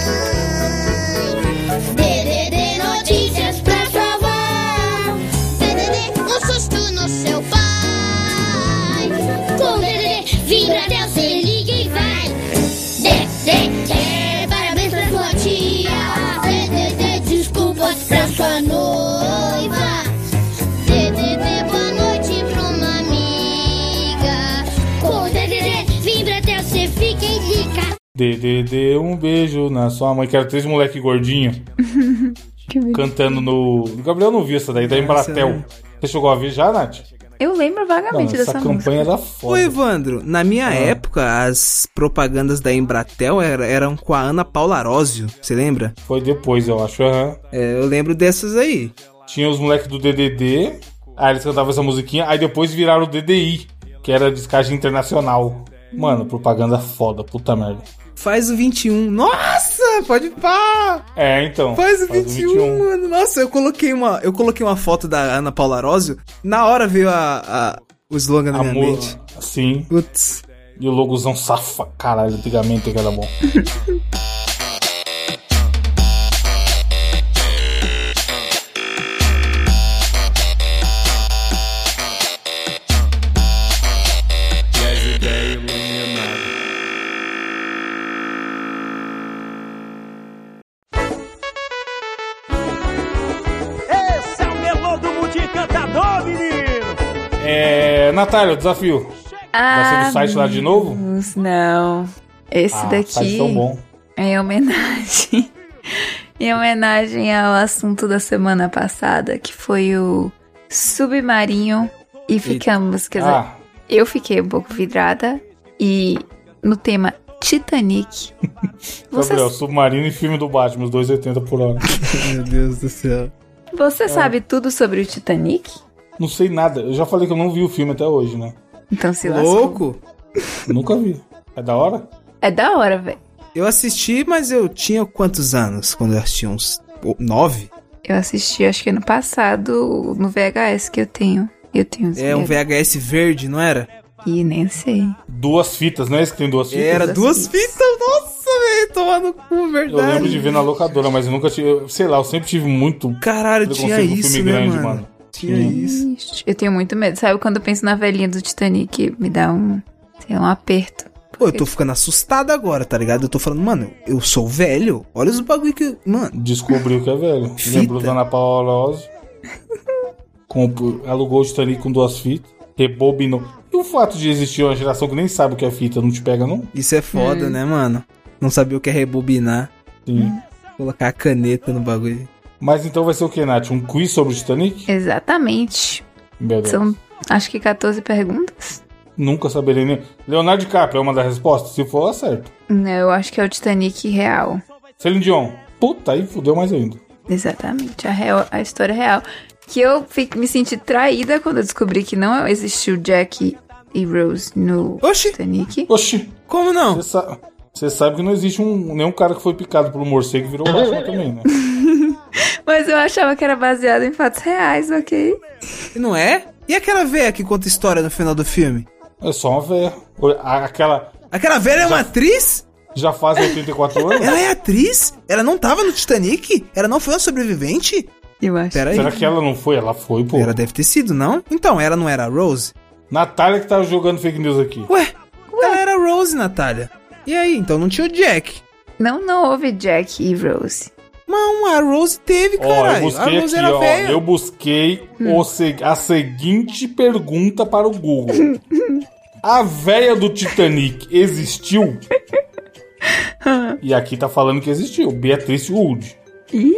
F: Dedê, notícias pra salvar. Dedê, um susto no seu pai. Com Dedê, vibra
A: Dê, dê um beijo na sua mãe, que era três moleque gordinho
B: Deixa eu ver.
A: cantando no. O Gabriel não viu essa daí, da Embratel.
C: não.
A: Você chegou a ver já, Nath?
B: Eu lembro vagamente
A: Mano,
B: dessa
A: essa
B: música.
A: campanha era
C: Ô,
A: foda.
C: Evandro, na minha época, as propagandas da Embratel era- eram com a Ana Paula Arósio, você lembra?
A: Foi depois, eu acho. aham.
C: É, eu lembro dessas aí.
A: Tinha os moleques do DDD, aí eles cantavam essa musiquinha, aí depois viraram o DDI, que era a descagem internacional. Mano, propaganda foda, puta merda.
C: Faz o 21. Nossa, pode pá!
A: É, então.
C: Faz o 21, mano. Nossa, eu coloquei uma, eu coloquei uma foto da Ana Paula Arósio. Na hora veio a, a- o slogan na minha
A: Amor,
C: mente.
A: sim.
C: Putz.
A: E o logozão safa. Caralho, antigamente que era bom.
G: Esse é o melô do multicantador, menino!
A: É. Natália, o desafio. Vai ser do Tá site lá de novo?
B: Deus, não. Ah, Esse
A: Ah,
B: daqui
A: site tão bom.
B: é em homenagem. em homenagem ao assunto da semana passada, que foi o submarino. E ficamos, quer dizer,
A: Ah,
B: eu fiquei um pouco vidrada. E no tema Titanic. você
A: Gabriel, Submarino e filme do Batman, os 2,80 por hora.
C: Meu Deus do céu. É.
B: você sabe tudo sobre o Titanic?
A: Não sei nada. Eu já falei que eu não vi o filme até hoje, né?
B: Então se lascou.
C: Louco?
A: Nunca vi. É da hora?
B: É da hora, velho.
C: Eu assisti, mas eu tinha quantos anos quando eu assisti? Uns o- nove?
B: Eu assisti, acho que ano passado, no VHS que eu tenho. Eu tenho os
C: É um VHS verde, não era?
B: E nem sei.
A: Duas fitas, não é isso que tem duas fitas?
C: Era
B: Fitas
C: duas
B: assim.
C: fitas, nossa, velho, tomar no cu,
A: Eu
C: verdade.
A: lembro de ver na locadora, mas eu nunca tive. eu- Sei lá, eu sempre tive muito
C: Caralho,
A: preconceito
C: tinha
A: com filme
C: isso, né,
A: grande,
C: mano?
A: mano.
C: Tinha
A: Tinha.
C: isso.
B: Ixi, Eu tenho muito medo. Sabe quando eu penso na velhinha do Titanic, me dá um, sei lá, um aperto.
C: Pô, eu tô ficando assustado agora, tá ligado? Eu tô falando, mano, eu sou velho, olha os bagulho que... eu- Mano,
A: Descobriu que é velho.
C: Fita.
A: Lembrou da Ana Paula Ozzy. Comprou- Alugou o Titanic com duas fitas. Rebobinou. E o fato de existir uma geração que nem sabe o que é fita não te pega, não?
C: isso é foda, né, mano? Não saber o que é rebobinar,
A: Sim.
B: Hum.
C: colocar a caneta no bagulho.
A: Mas então vai ser o que, Nath? Um quiz sobre o Titanic?
B: Exatamente.
A: Meu Deus.
B: São, acho que 14 perguntas.
A: Nunca saberei nem. Leonardo DiCaprio é uma das respostas? Se for, acerto.
B: Não, eu acho que é o Titanic real.
A: Celine Dion. Puta, aí fudeu mais ainda.
B: Exatamente, a, real, a história real. Que eu fi- me senti traída quando eu descobri que não existiu Jack e Rose no
C: Oxi!
B: Titanic.
A: Oxi,
C: Como não?
A: você sa- você sabe que não existe um, nenhum cara que foi picado por um morcego e virou Batman também, né?
B: Mas eu achava que era baseado em fatos reais, ok?
C: Não é? E aquela véia que conta história no final do filme?
A: É só uma véia. A- Aquela.
C: Aquela velha é uma atriz?
A: Já faz 84 anos?
C: Ela é atriz? Ela não tava no Titanic? Ela não foi uma sobrevivente?
B: Eu acho.
C: Pera aí.
A: Será que ela não foi? Ela foi, pô.
C: Ela deve ter sido, não? Então, ela não era a Rose?
A: Natália que tá jogando fake news aqui.
C: Ué, ela era a Rose, Natália. E aí, então não tinha o Jack.
B: Não, não houve Jack e Rose.
C: Mas um, a Rose teve,
A: Ó, eu
C: caralho. a
A: busquei
C: Rose
A: aqui,
C: era
A: ó.
C: velha.
A: Eu busquei o se- a seguinte pergunta para o Google. A véia do Titanic existiu? e aqui tá falando que existiu. Beatrice Wood.
B: Ih!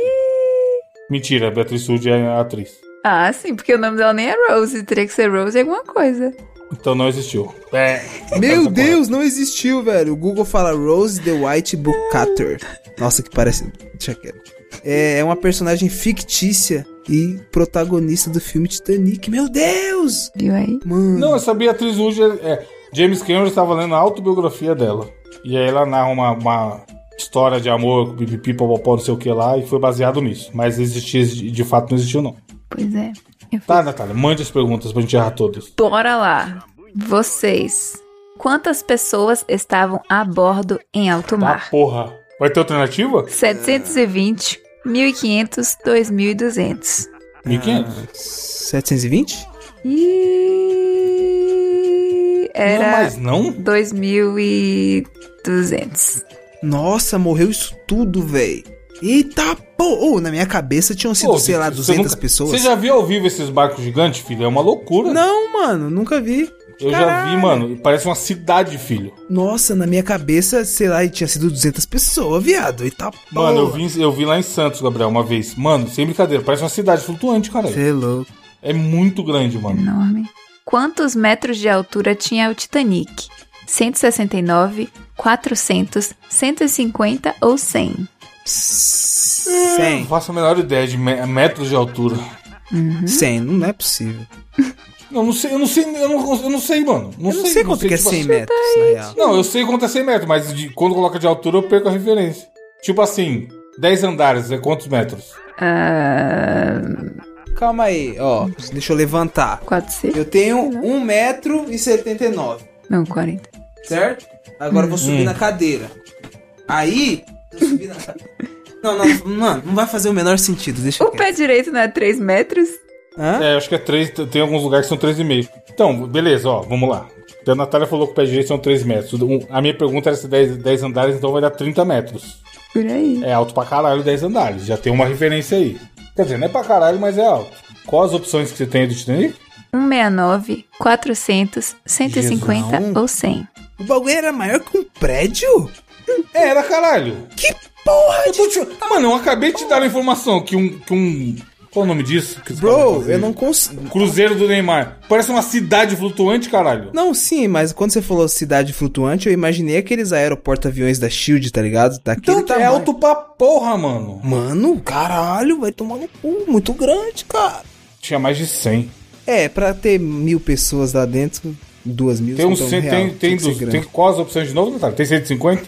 A: Mentira, Beatrice Wood é a atriz.
B: Ah, sim, porque o nome dela nem é Rose, teria que ser Rose alguma coisa.
A: Então não existiu. É.
C: Meu Deus, não existiu, velho. O Google fala Rose the White Bookatter. Nossa, que parece... Deixa quieto. É, é uma personagem fictícia e protagonista do filme Titanic. Meu Deus!
B: Viu aí?
C: Mano,
A: Não, essa Beatriz Wood é, é- James Cameron estava lendo a autobiografia dela. E aí ela narra uma, uma história de amor, pipipi, popopó, não sei o que lá, e foi baseado nisso. Mas existia, de fato não existiu, não.
B: Pois é. Eu fui-
A: Tá, Natália, mande as perguntas pra gente errar todas.
B: Bora lá. Vocês. Quantas pessoas estavam a bordo em alto
A: Tá,
B: mar?
A: porra. Vai ter alternativa?
B: 720, 1500, 2200.
A: 1.500?
C: 720?
B: E
A: Não,
B: era
A: mas não?
B: 2200.
C: Nossa, morreu isso tudo, velho. Eita, pô! Ô, na minha cabeça tinham sido,
A: Pô,
C: sei lá,
A: você
C: 200
A: nunca-
C: pessoas.
A: Você já viu ao vivo esses barcos gigantes, filho? É uma loucura.
C: Não, mano, nunca vi.
A: Eu já vi, mano. Parece uma cidade, filho.
C: Nossa, na minha cabeça, sei lá, e tinha sido 200 pessoas, viado. E tá
A: Mano, eu vi, eu vi lá em Santos, Gabriel, uma vez. Mano, sem brincadeira, parece uma cidade flutuante, cara.
C: Você é louco.
A: É muito grande, mano.
B: Enorme. Quantos metros de altura tinha o Titanic? 169, 400, 150 ou 100?
C: 100. É,
A: Não faço a menor ideia de me- metros de altura.
C: 100, não é possível.
A: Não, não sei, eu não sei, eu não, eu não sei, mano. Não
C: Eu não sei quanto que é
A: tipo
C: 100
A: assim.
C: metros, na real.
A: Não, eu sei quanto é 100 metros, mas de- quando coloca de altura eu perco a referência. Tipo assim, 10 andares é quantos metros?
B: Ah,
C: Calma aí, ó. Deixa eu levantar.
B: 400?
C: Eu tenho 1,79m,
B: Não, 40.
C: certo? Agora eu vou subir na cadeira. Aí. Eu subi na cadeira. Não, não, mano, não vai fazer o menor sentido, deixa
B: O
C: eu.
B: pé direito não é 3 metros?
C: Hã?
A: É, acho que é 3, tem alguns lugares que são 3,5. Então, beleza, ó, vamos lá. Então, A Natália falou que o pé direito são 3 metros. Um- A minha pergunta era se 10, 10 andares, então vai dar 30 metros.
B: Por aí.
A: É alto pra caralho 10 andares, já tem uma referência aí. Quer dizer, não é pra caralho, mas é alto. Quais as opções que você tem aí do Titanic?
B: 169, 400, 150
C: Jesus.
B: ou 100?
C: O bagulho era maior que um prédio?
A: É, era caralho.
C: Que porra
A: Eu
C: de.
A: tô te- Mano, eu acabei de te dar a informação que um. Que um... Qual o nome disso? que os caras
C: Bro,
A: fazem?
C: eu tá não consigo.
A: Cruzeiro do Neymar. Parece uma cidade flutuante, caralho.
C: Não, sim, mas quando você falou cidade flutuante, eu imaginei aqueles aeroporto-aviões da Shield, tá ligado? Daquele
A: Então é
C: tamanho.
A: alto pra porra, mano.
C: Mano, caralho, vai tomar no cu, muito grande, cara.
A: Tinha mais de 100.
C: É, pra ter mil pessoas lá dentro, duas mil,
A: Tem um
C: então,
A: 100,
C: real,
A: tem, tem,
C: que ser
A: dos- tem
C: grande.
A: quais as opções de novo, Natália? Tem 150?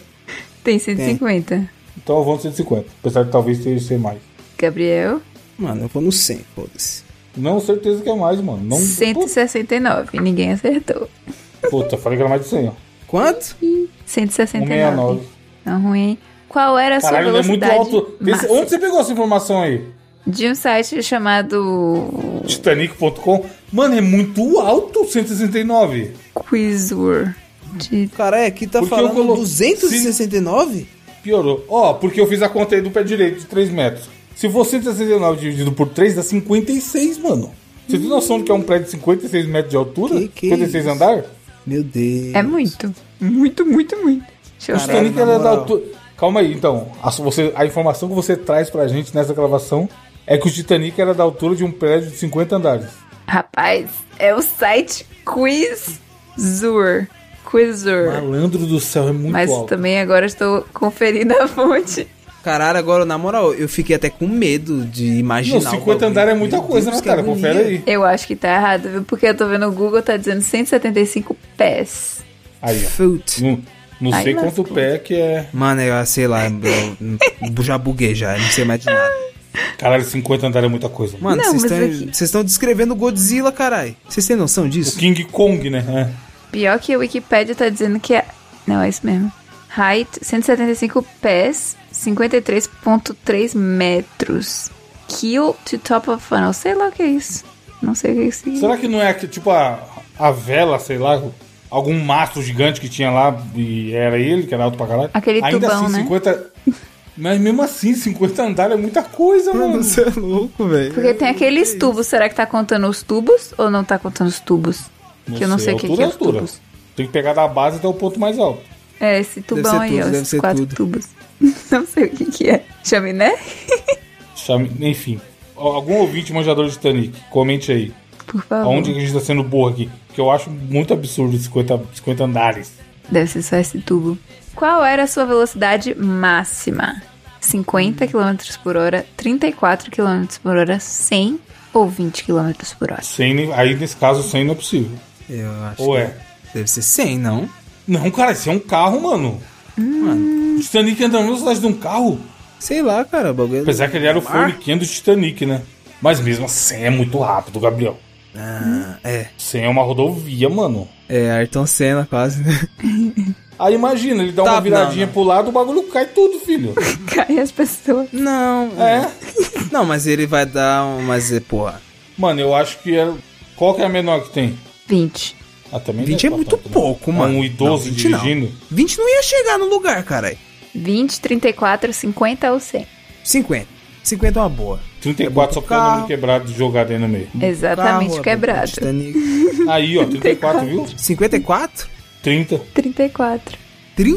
B: Tem 150.
A: Então eu vou no 150. Apesar de talvez ter ser mais. Então,
B: Gabriel,
C: Mano, eu vou no 100, foda-se.
A: Não, certeza que é mais, mano. Não,
B: 169. Ninguém acertou.
A: Puta, falei que era mais de 100, ó.
C: Quanto?
B: 169.
A: 169.
B: Não Tá ruim. hein? Qual era a sua
A: Caralho, ele é muito
B: velocidade
A: alto. Tem-
B: máxima?
A: onde você pegou essa informação aí?
B: De um site chamado
A: Titanic.com. Mano, é muito alto 169.
B: Quizwor. De...
C: Cara, aqui tá
A: Porque eu
C: falando
A: colo-
C: 269?
A: Piorou. Ó, porque eu fiz a conta aí do pé direito de 3 metros. Se for 169 dividido por 3, dá 56, mano. Você tem noção do que é um prédio de 56 metros de altura?
C: Que que é
A: 56
C: isso?
A: andar?
C: Meu Deus.
B: É muito. Muito, muito, muito. Deixa eu
A: O
B: ver.
A: Titanic
C: na
A: era é da
C: moral.
A: altura. Calma aí, então. A, su- você- a informação que você traz pra gente nessa gravação é que o Titanic era da altura de um prédio de 50 andares.
B: Rapaz, é o site Quizwor. Quizwor.
A: Malandro do céu, é muito
B: Mas
A: alto.
B: também agora estou conferindo a fonte.
C: Caralho, agora, na moral, eu fiquei até com medo de
A: Não,
C: imaginar. o
A: 50
C: bagulho.
A: andares é muita
C: Meu
A: coisa,
C: Deus,
A: né,
C: que
A: cara?
C: agonia.
A: Confere aí.
B: Eu acho que tá errado, viu? Porque eu tô vendo o Google, tá dizendo 175 pés.
A: Aí, ó.
C: Foot.
A: Não, não
B: Aí
A: sei quanto
B: lascou.
A: pé que é.
C: Mano, eu sei lá, eu já buguei já, eu não sei mais de nada.
A: Caralho, 50 andares é muita coisa.
C: Mano,
B: Não,
C: vocês
B: mas
C: estão
B: aqui-
C: vocês estão descrevendo Godzilla, caralho. Vocês têm noção
A: O
C: disso?
A: King Kong, né? É.
B: Pior que a Wikipédia tá dizendo que é. Não, é isso mesmo. Height, 175 pés, 53,3 metros. Kill to top of funnel. Sei lá o que é isso. Não sei o que é isso.
A: Será que não é que, tipo a, a vela, sei lá, algum mastro gigante que tinha lá e era ele, que era alto pra caralho?
B: Aquele
A: Ainda
B: tubão,
A: assim,
B: né?
A: 50. Mas mesmo assim, 50 andares é muita coisa, mano.
C: você é louco, velho.
B: Porque tem aqueles tubos. Será que tá contando os tubos ou não tá contando os tubos? que eu não sei o que, que
A: altura
B: é
A: é
B: os tubos.
A: Tem que pegar da base até o ponto mais alto.
B: É, esse tubão
C: ser
B: aí,
C: tudo,
B: ó.
C: deve
B: Esses
C: ser
B: quatro
C: tudo.
B: tubos. Não sei o que, que é. Chaminé?
A: Chame- Enfim. Ó, Algum ouvinte manjador de Titanic, comente aí.
B: Por favor.
A: Aonde que a gente tá sendo burro aqui? Que eu acho muito absurdo 50, 50 andares.
B: Deve ser só esse tubo. Qual era a sua velocidade máxima? 50 km por hora, 34 km por hora, 100 ou 20 km por hora?
A: Sem, nem- aí, nesse caso, 100 não é possível.
C: Eu acho
A: Ou
C: que
A: é?
C: deve ser 100, não?
A: Não, cara, esse é um carro, mano.
C: Hum.
A: O Titanic anda na velocidade de um carro.
C: Sei lá, cara, o bagulho... é
A: Apesar que ele era o
C: Mar?
A: forniquinho do Titanic, né? Mas mesmo assim é muito rápido, Gabriel.
C: Ah, é.
A: 100 é uma rodovia, mano.
C: É, Ayrton Senna quase, né?
A: Aí imagina, ele dá
C: Tá,
A: uma viradinha
C: não,
A: pro lado, o bagulho cai tudo, filho.
B: Cai as pessoas.
C: Não,
A: É.
C: Não, mas ele vai dar um... Mas, é, porra...
A: Mano, eu acho que era. Qual que é a menor que tem?
B: 20.
A: Ah, também
C: 20 é
A: deve
C: muito
A: bastante, né?
C: pouco,
A: É
C: mano.
A: Um idoso
C: Não, É 20 não.
A: dirigindo.
C: 20 não ia chegar no lugar, caralho.
B: 20, 34, 50 ou 100?
C: 50. 50 é uma boa.
A: 34 só porque é o
C: carro.
A: nome quebrado jogado aí no meio.
B: Exatamente
C: Carro, é
B: quebrado.
C: Titanic.
A: Aí, ó, 34, viu?
C: 54?
A: 30.
B: 34.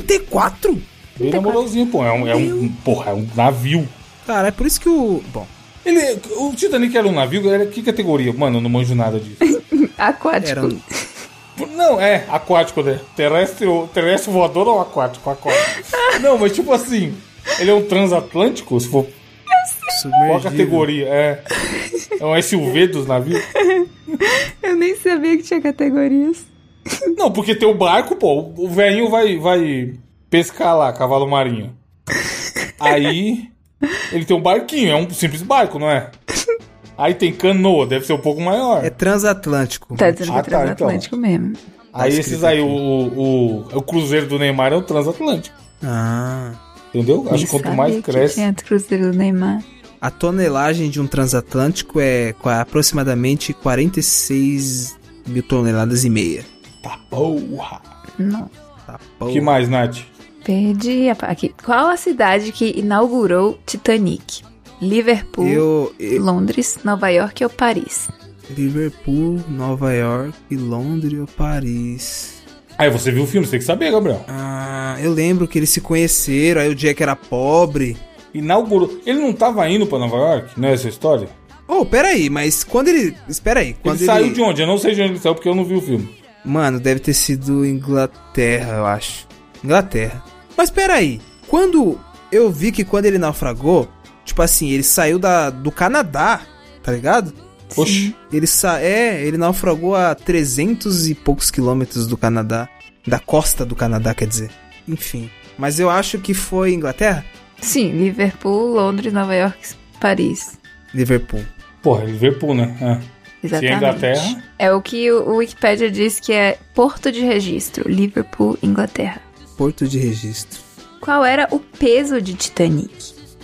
C: 34?
A: Bem namorosinho, pô. É um, é um, porra, é um navio.
C: Cara, é por isso que o. Bom,
A: Ele, o Titanic era um navio, era que categoria? Mano, eu não manjo nada disso.
B: Aquático.
C: Era um-
A: Não, é, aquático, né? Terrestre, ou- terrestre voador ou aquático? Aquático. Não, mas tipo assim, ele é um transatlântico, se for qual a
C: submergido.
A: categoria, é. É um SUV dos navios.
B: Eu nem sabia que tinha categorias.
A: Não, porque tem o barco, pô, o o velhinho vai, vai pescar lá, cavalo marinho. Aí ele tem um barquinho, é um simples barco, não é? Aí tem canoa, deve ser um pouco maior.
C: É transatlântico.
B: Tá dizendo que
A: Ah,
B: é
A: tá, então.
B: transatlântico mesmo.
C: Tá
A: aí esses aí, o, o, o cruzeiro do Neymar é o transatlântico,
C: Ah.
A: entendeu? Acho
B: Nem
A: que quanto
B: sabia
A: mais
B: que
A: cresce...
B: Tinha Cruzeiro do Neymar.
C: A tonelagem de um transatlântico é qua- aproximadamente 46 mil toneladas e meia.
A: Tá porra!
B: Não.
C: Tá
A: O
C: bom.
A: que mais, Nath?
B: Perdi a pa- aqui. Qual a cidade que inaugurou Titanic? Liverpool,
C: Eu, eu-
B: Londres, Nova York ou Paris?
C: Liverpool, Nova York, Londres ou Paris.
A: Aí você viu o filme, você tem que saber, Gabriel.
C: Ah, eu lembro que eles se conheceram, aí o Jack era pobre.
A: Inaugurou. Ele não tava indo pra Nova York, não é essa história?
C: Oh, peraí, mas quando ele. Espera aí, quando
A: ele saiu de onde? Eu não sei de onde ele saiu porque eu não vi o filme.
C: Mano, deve ter sido Inglaterra, eu acho. Inglaterra. Mas peraí, quando eu vi que quando ele naufragou, tipo assim, ele saiu da, do Canadá, tá ligado?
A: Oxi.
C: Ele sa é, ele naufragou a 300 e poucos quilômetros do Canadá, da costa do Canadá, quer dizer. Enfim, mas eu acho que foi Inglaterra,
B: Sim, Liverpool, Londres, Nova York, Paris.
C: Liverpool.
A: Porra, Liverpool, né? É. Se é
B: Exatamente.
A: Inglaterra.
B: É o que o o Wikipedia diz que é porto de registro, Liverpool, Inglaterra.
C: Porto de registro.
B: Qual era o peso de Titanic?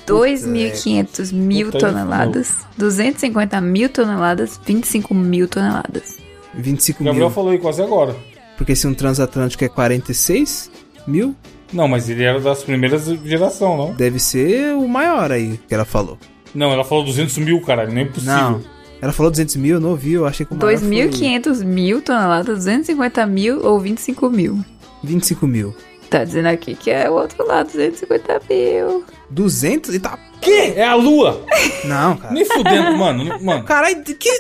C: é,
B: 2.500 mil
A: Puta,
B: toneladas, 250 mil toneladas, 25 mil toneladas.
C: 25
A: O Gabriel
C: mil.
A: falou aí quase agora.
C: Porque se um transatlântico é 46 mil,
A: Não, mas ele era das primeiras geração, não?
C: deve ser o maior aí que ela falou.
A: Não, ela falou 200 mil, caralho. Não é impossível.
C: Não. Ela falou 200 mil, eu não ouvi, eu achei que o maior foi
B: 2.500 mil toneladas, 250 mil ou 25 mil.
C: 25 mil.
B: Tá dizendo aqui que é o outro lado, 250 mil.
C: 200 e tá...
A: Que? É a lua!
C: Não, cara.
A: Nem fudendo, mano. não- Mano,
C: Caralho, que, que,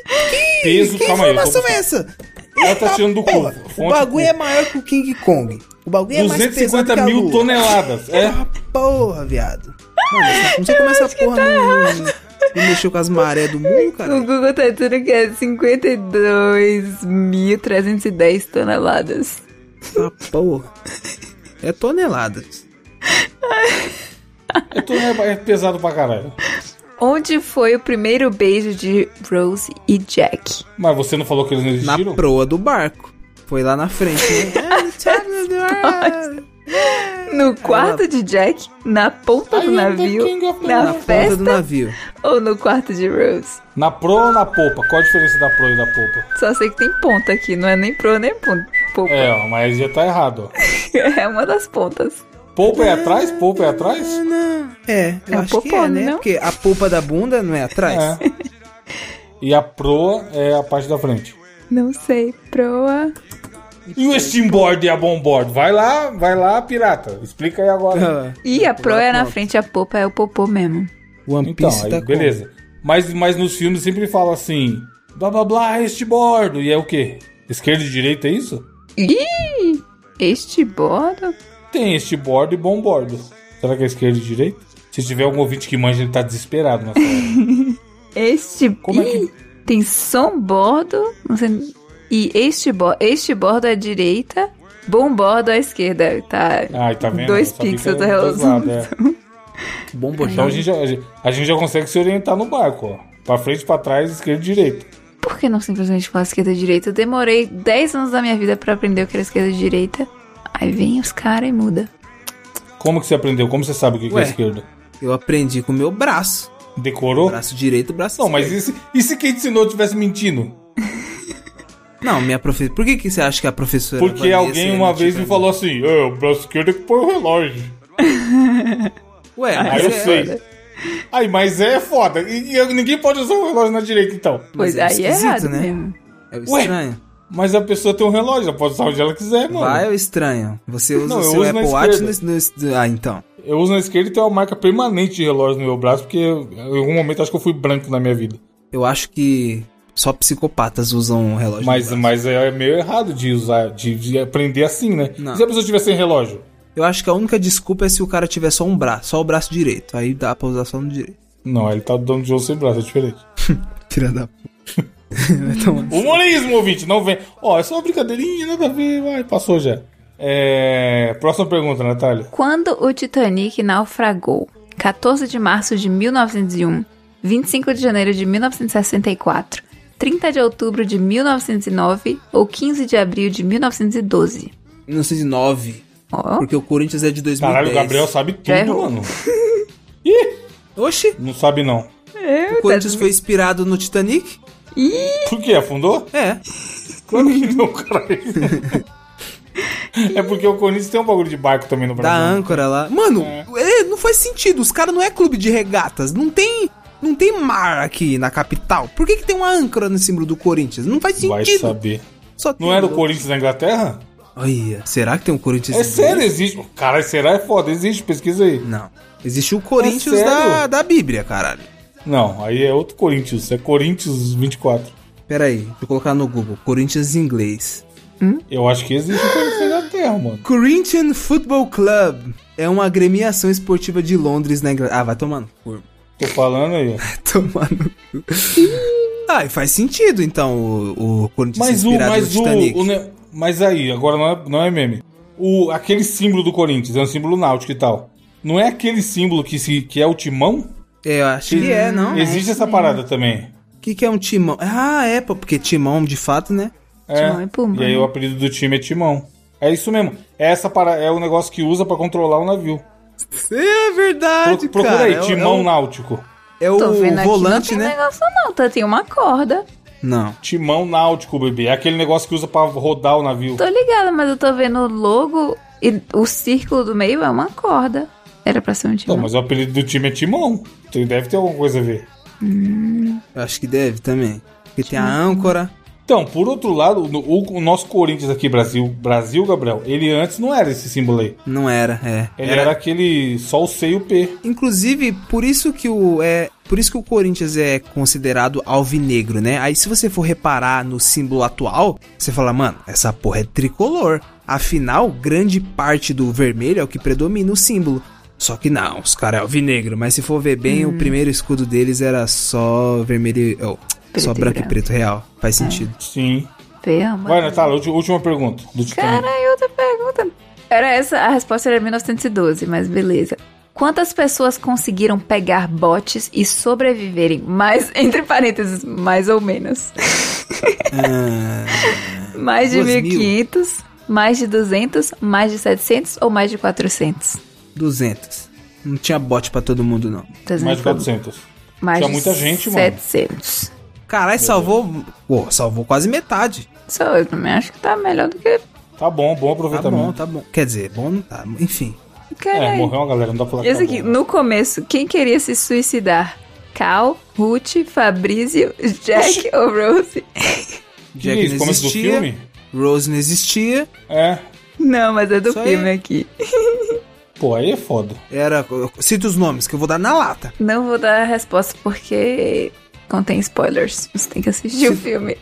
A: Peso,
C: que
A: calma aí, eu tô
C: informação é essa?
A: ela tá tirando do cu.
C: Porra, o bagulho é maior que o King Kong. O bagulho é mais pesado que
A: 250
C: a
A: mil
C: lua.
A: toneladas. É.
C: Ah, porra, viado. Mano, não sei como essa porra
B: tá
C: não, não mexeu com as marés do mundo,
B: O
C: cara.
B: Google tá dizendo que é 52.310 toneladas.
C: Essa porra. É toneladas.
A: É, to- é- é pesado pra caralho.
B: Onde foi o primeiro beijo de Rose e Jack?
A: Mas você não falou que eles não
C: Na
A: existiram?
C: proa do barco. Foi lá na frente. É, Né?
B: No quarto de Jack, na ponta do
A: I am é the
B: navio,
A: king of the
B: na
A: world.
C: Ponta do
B: festa
C: navio.
B: ou no quarto de Rose?
A: Na proa ou na popa? Qual a diferença da proa e da popa?
B: Só sei que tem ponta aqui, não é nem pro nem ponta. Popa.
A: É, ó, mas já tá errado. ó.
B: É uma das pontas.
A: Popa é atrás? Popa é atrás?
C: É, eu
B: É um
C: acho que é,
B: popô,
C: né?
B: não?
C: Porque a polpa da bunda não é atrás.
A: É. E a proa é a parte da frente.
B: Não sei, proa.
A: E o steamboard e a bomboard? Vai lá, vai lá, pirata. Explica aí agora.
C: Ah,
B: E a proa é na
C: pronto.
B: frente, a popa é o popô mesmo.
C: One
A: Então,
C: Piece
A: aí,
C: tá com-
A: beleza. Mas, mas nos filmes sempre fala assim: blá blá blá, este bordo. E é o quê? Esquerda e direita é isso?
B: Ih, este bordo?
A: Tem este bordo e bom bordo. Será que é esquerda e direita? Se tiver algum ouvinte que manja, ele tá desesperado. Nessa hora.
B: Este
A: Como é
B: Ih,
A: que.
B: tem som bordo. Não sei. E este bordo. Este bordo à direita. Bom bordo à esquerda. Tá.
A: Ai, tá vendo?
B: Dois
A: Eu sabia que
B: pixels
A: era
B: da
A: dois lados, é.
C: Bom
A: Então
C: botão.
A: a gente, já, a gente- a gente já consegue se orientar no barco, ó. Pra frente, pra trás, esquerda e direita.
B: Por que não simplesmente falar esquerda e direita? Eu demorei 10 anos da minha vida pra aprender o que era esquerda e direita. Aí vem os caras e muda.
A: Como que você aprendeu? Como você sabe o que, que é
C: Ué.
A: esquerda?
C: Eu aprendi com o meu braço.
A: Decorou?
C: Braço direito, braço
A: Não, mas
C: esquerdo.
A: e se, e se quem te ensinou estivesse mentindo?
C: Não, minha professora... Por que, que você acha que a professora...
A: Porque
C: Vanessa
A: alguém
C: ia
A: uma
C: mentir
A: vez
C: pra
A: me
C: mim?
A: falou assim: "É, o braço esquerdo é que põe o relógio.
C: Ué,
A: Aí eu
C: mas é-
A: sei. Aí, mas é foda. E, e ninguém pode usar o relógio na direita, então.
B: Pois
C: é
B: aí é
C: esquisito,
B: errado
C: né?
B: mesmo.
C: É o
A: Ué?
C: estranho.
A: Mas a pessoa tem um relógio, ela pode usar onde ela quiser, mano.
C: Vai é o estranho. Você usa
A: Não,
C: o
A: eu
C: seu
A: uso na
C: Apple Watch
A: esquerda.
C: no, no- Ah, então.
A: Eu uso na esquerda e tem uma marca permanente de relógio no meu braço, porque eu- em algum momento acho que eu fui branco na minha vida.
C: Eu acho que só psicopatas usam o relógio.
A: Mas,
C: no braço.
A: mas é meio errado de usar, de, de aprender assim, né?
C: Não.
A: E se a pessoa tiver sem relógio?
C: Eu acho que a única desculpa é se o cara tiver só um braço, só o braço direito. Aí dá pra usar só no direito.
A: Não, ele tá dando de ouro sem braço, é diferente.
C: Filha da puta. Vai tomar no cu.
A: Humorismo, ouvinte, não vem. Ó, é só uma brincadeirinha, nada a ver, vai, passou já. É. Próxima pergunta, Natália.
B: Quando o Titanic naufragou? 14 de março de 1901, 25 de janeiro de 1964, 30 de outubro de 1909 ou 15 de abril de 1912?
C: 1909.
B: Ó,
C: Porque o Corinthians é de 2010.
A: Caralho, o Gabriel sabe tudo,
B: Já errou.
A: mano. Ih,
C: Oxi,
A: não sabe não.
C: o Corinthians foi inspirado no Titanic?
A: Por quê? Afundou?
C: É.
A: Claro que não, caralho. É porque o Corinthians tem um bagulho de barco também no
C: Da
A: Brasil.
C: âncora lá. Mano, é, não faz sentido. Os caras não é clube de regatas. Não tem. Não tem mar aqui na capital. Por que, que tem uma âncora no símbolo do Corinthians? Não faz
A: Vai
C: sentido.
A: saber.
C: Só tem
A: Não era o
C: louco.
A: Corinthians na Inglaterra?
C: Olha, será que tem um Corinthians?
A: É
C: inglês?
A: sério, existe. Caralho, será? É foda, existe, pesquisa aí.
C: Não. Existe o Corinthians
A: É sério?
C: da, da Bíblia, caralho.
A: Não, aí é outro Corinthians, é Corinthians 24.
C: Pera aí, deixa eu colocar no Google. Corinthians em inglês.
A: Eu acho que existe o Corinthians na Inglaterra, mano.
C: Corinthian Football Club é uma agremiação esportiva de Londres na Inglaterra. Ah, vai tomando. Por...
A: Tô falando aí.
C: tomando. ah, e faz sentido então o, o Corinthians
A: Mas o,
C: inspirado
A: mas
C: no
A: o,
C: Titanic.
A: o ne- mas aí, agora não é, não é meme. O, aquele símbolo do Corinthians, é um símbolo náutico e tal. Não é aquele símbolo que, se, que é o timão?
C: É, eu acho que é, não? O
A: Existe essa parada também.
C: que, que é um timão? Ah, é, pô, porque timão de fato, né?
A: É.
B: Timão e Pumba,
A: E aí
B: né?
A: o apelido do time é Timão. É isso mesmo. É Essa para... é o negócio que usa pra controlar o navio.
C: É
A: Pro-
C: verdade,
A: Procura
C: cara.
A: aí,
C: É o-
A: timão
C: é o,
A: náutico.
C: é o
B: tô vendo
C: volante,
B: aqui, não tem
C: né?
B: negócio não, tá? Tem uma corda.
C: Não.
A: Timão náutico, bebê. É aquele negócio que usa pra rodar o navio.
B: Tô ligada, mas eu tô vendo o logo e o círculo do meio é uma corda. Era pra ser um
A: Não,
B: timão.
A: mas o apelido do time é Timão. Então deve ter alguma coisa a ver.
C: Eu acho que deve também. Porque tem a âncora.
A: Então, por outro lado, no- o, o nosso Corinthians aqui, Brasil, Brasil, Gabriel, ele antes não era esse símbolo aí.
C: Não era, é.
A: Ele era, aquele só o C e o P.
C: Inclusive, por isso que o é, por isso que o Corinthians é considerado alvinegro, né? Aí se você for reparar no símbolo atual, você fala, mano, essa porra é tricolor. Afinal, grande parte do vermelho é o que predomina o símbolo. Só que não, os caras é alvinegro, mas se for ver bem,
B: Hum.
C: o primeiro escudo deles era só vermelho, e- oh,
B: Preto
C: só
B: e
C: branco e
B: branco. É.
C: preto real. Faz sentido.
A: Sim.
B: Pelo
A: Vai, né? Natália, ulti- última pergunta do Titanic.
B: Caralho, outra pergunta. Era essa, a resposta era 1912, mas beleza. Quantas pessoas conseguiram pegar botes e sobreviverem? Mas, entre parênteses, mais ou menos.
A: É.
B: mais de
C: duas mil.
B: 1.500, mais de 200, mais de 700 ou mais de 400?
C: 200. Não tinha bote pra todo mundo não.
B: 300,
A: Mais de 400.
B: mais
A: Tinha
B: de
A: muita gente, mano.
B: 700.
C: Caralho, salvou, pô, salvou quase metade.
B: Só eu também acho que tá melhor do que.
A: Tá bom, bom
C: Tá bom,
A: aproveitamento.
C: tá bom. Quer dizer, bom não tá. Enfim.
A: é,
B: Caralho.
A: morreu uma galera, não dá pra falar que
B: Esse
A: tá
B: aqui,
A: bom.
B: no começo, quem queria se suicidar? Cal, Ruth, Fabrício, Jack ou Rose?
A: Que que é isso? Começo do filme?
C: Rose não existia.
A: É.
B: Não, mas é do
C: Isso aí.
B: filme aqui.
A: Pô, aí é foda.
C: Era. Cita os nomes, que eu vou dar na lata.
B: Não vou dar a resposta porque contém spoilers. Você tem que assistir o filme.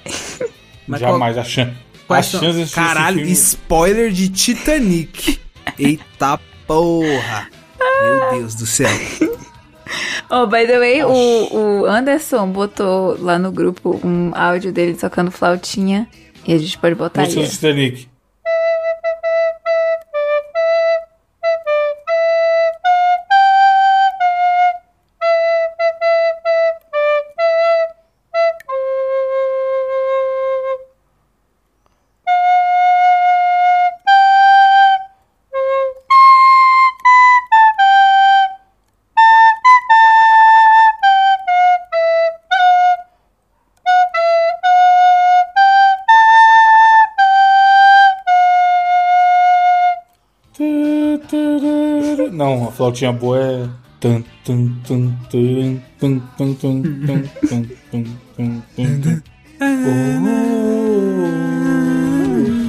C: Mas
A: Jamais a chance.
C: qual-
A: A
C: quais são-
A: chance de assistir
C: Caralho,
A: esse
C: spoiler de Titanic. Eita porra! Meu Deus do céu.
B: Oh, by the way, o, o Anderson botou lá no grupo um áudio dele tocando flautinha. E a gente pode botar
A: filme. Música
C: é-
A: do
B: aí.
A: Titanic. Não, a flautinha boa é Tan, tan, tan, tan, tan, tan, tan, tan, tan, tan, tan, tan, tan.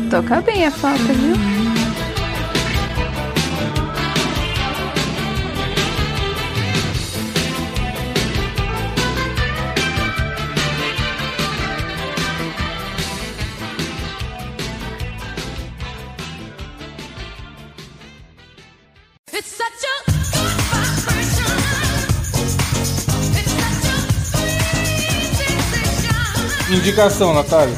A: Oh.
B: Toca bem a flauta, viu?
H: It's such a vibration. It's such a sweet sensation.
A: Indicação, Natália.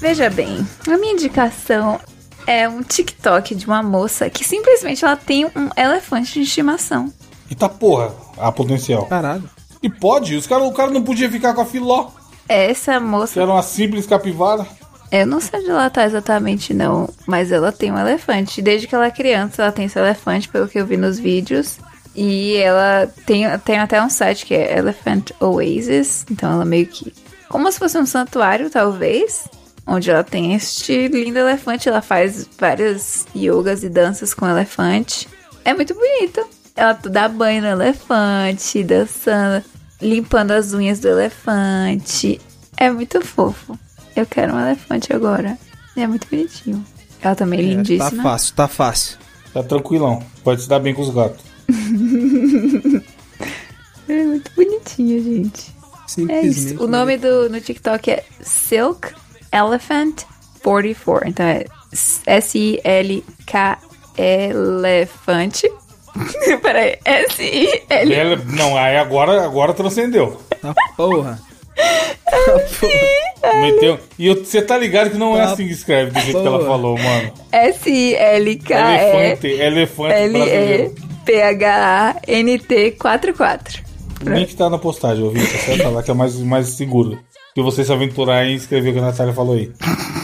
B: Veja bem, a minha indicação é um TikTok de uma moça que simplesmente ela tem um elefante de estimação.
A: Eita porra, a potencial.
C: Caralho.
A: E pode, os cara, o cara não podia ficar com a filó,
B: Essa
A: que
B: moça,
A: era uma simples capivara.
B: eu não sei onde ela tá exatamente não, mas ela tem um elefante. Desde que ela é criança, ela tem esse elefante, pelo que eu vi nos vídeos. E ela tem, tem até um site que é Elephant Oasis, então ela meio que... Como se fosse um santuário, talvez, onde ela tem este lindo elefante. Ela faz várias yogas e danças com o elefante. É muito bonito. Ela dá banho no elefante, dançando, limpando as unhas do elefante. É muito fofo. Eu quero um elefante agora. É muito bonitinho. Ela também é
C: É, tá
B: lindíssima.
C: fácil, tá fácil.
A: Tá tranquilão, pode se dar bem com os gatos.
B: É muito bonitinha, gente. É
C: Simplesmente.
B: isso. O nome do no TikTok é Silk Elephant 44. Então é S-I-L-K Elefante. Peraí, S-I-L.
A: Ela- não, aí agora, agora transcendeu.
C: Tá porra. Tá porra.
A: Meteu. E você tá ligado que não é
C: Tá
A: assim que escreve, do jeito que ela
C: boa. é.
A: falou, mano.
B: S-I-L-K
A: elefante, elefante brasileiro.
B: L-E-P-H-A-N-T 44.
A: O link tá na postagem, ouviu? Acessa lá que é mais, mais seguro. Que você se aventurar em escrever o que a Natália falou aí.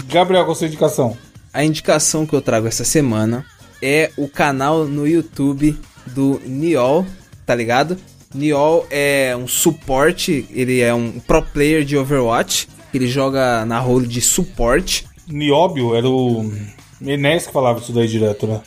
A: Gabriel, qual a sua indicação?
C: A indicação que eu trago essa semana é o canal no YouTube do Niol, tá ligado? Niol é um suporte, ele é um pro player de Overwatch, ele joga na role de suporte.
A: Nióbio era o. Enes que falava isso daí direto, né?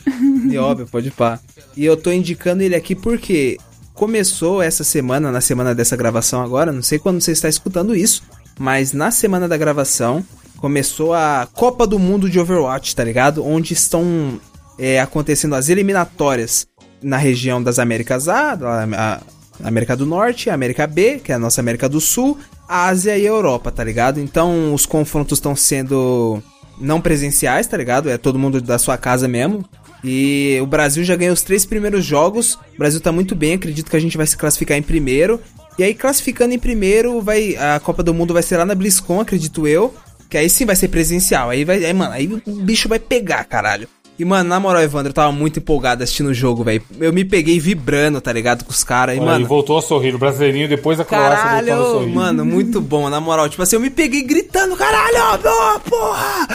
C: Niol, pode pá. E eu tô indicando ele aqui porque começou essa semana, na semana dessa gravação agora, não sei quando você está escutando isso, mas na semana da gravação começou a Copa do Mundo de Overwatch, tá ligado? Onde estão é, acontecendo as eliminatórias na região das Américas A, da- a- América do Norte, América B, que é a nossa América do Sul, Ásia e Europa, tá ligado? Então os confrontos estão sendo não presenciais, tá ligado? É todo mundo da sua casa mesmo. E o Brasil já ganhou os três primeiros jogos. O Brasil tá muito bem, acredito que a gente vai se classificar em primeiro. E aí, classificando em primeiro, vai a Copa do Mundo vai ser lá na BlizzCon, acredito eu. Que aí sim vai ser presencial. Aí vai, aí, mano, aí o bicho vai pegar, caralho. E, mano, na moral, Evandro, eu tava muito empolgado assistindo o jogo, velho. Eu me peguei vibrando, tá ligado? Com os caras. E,
A: Olha,
C: mano,
A: e voltou a sorrir. O brasileirinho depois da Croácia voltando a
C: Caralho,
A: sorrir.
C: mano, muito bom, na moral. Tipo assim, eu me peguei gritando, caralho, não, porra!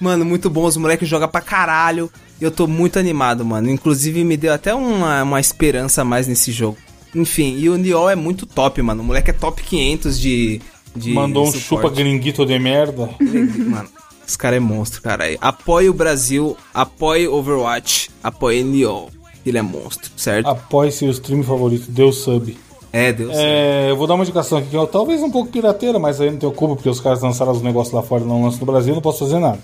C: Mano, muito bom, os moleques jogam pra caralho. Eu tô muito animado, mano. Inclusive, me deu até uma, uma esperança a mais nesse jogo. Enfim, e o Niol é muito top, mano. O moleque é top 500 de. de
A: Mandou um
C: suporte.
A: chupa gringuito de merda.
C: Mano, esse cara é monstro, caralho. Apoie o Brasil, apoie Overwatch, apoie Niol. Ele é monstro, certo?
A: Após seu stream favorito, deu sub.
C: É, Deus.
A: É, eu vou dar uma indicação aqui que é talvez um pouco pirateira, mas aí não tenho culpa, porque os caras lançaram os negócios lá fora e não lançam no Brasil, não posso fazer nada.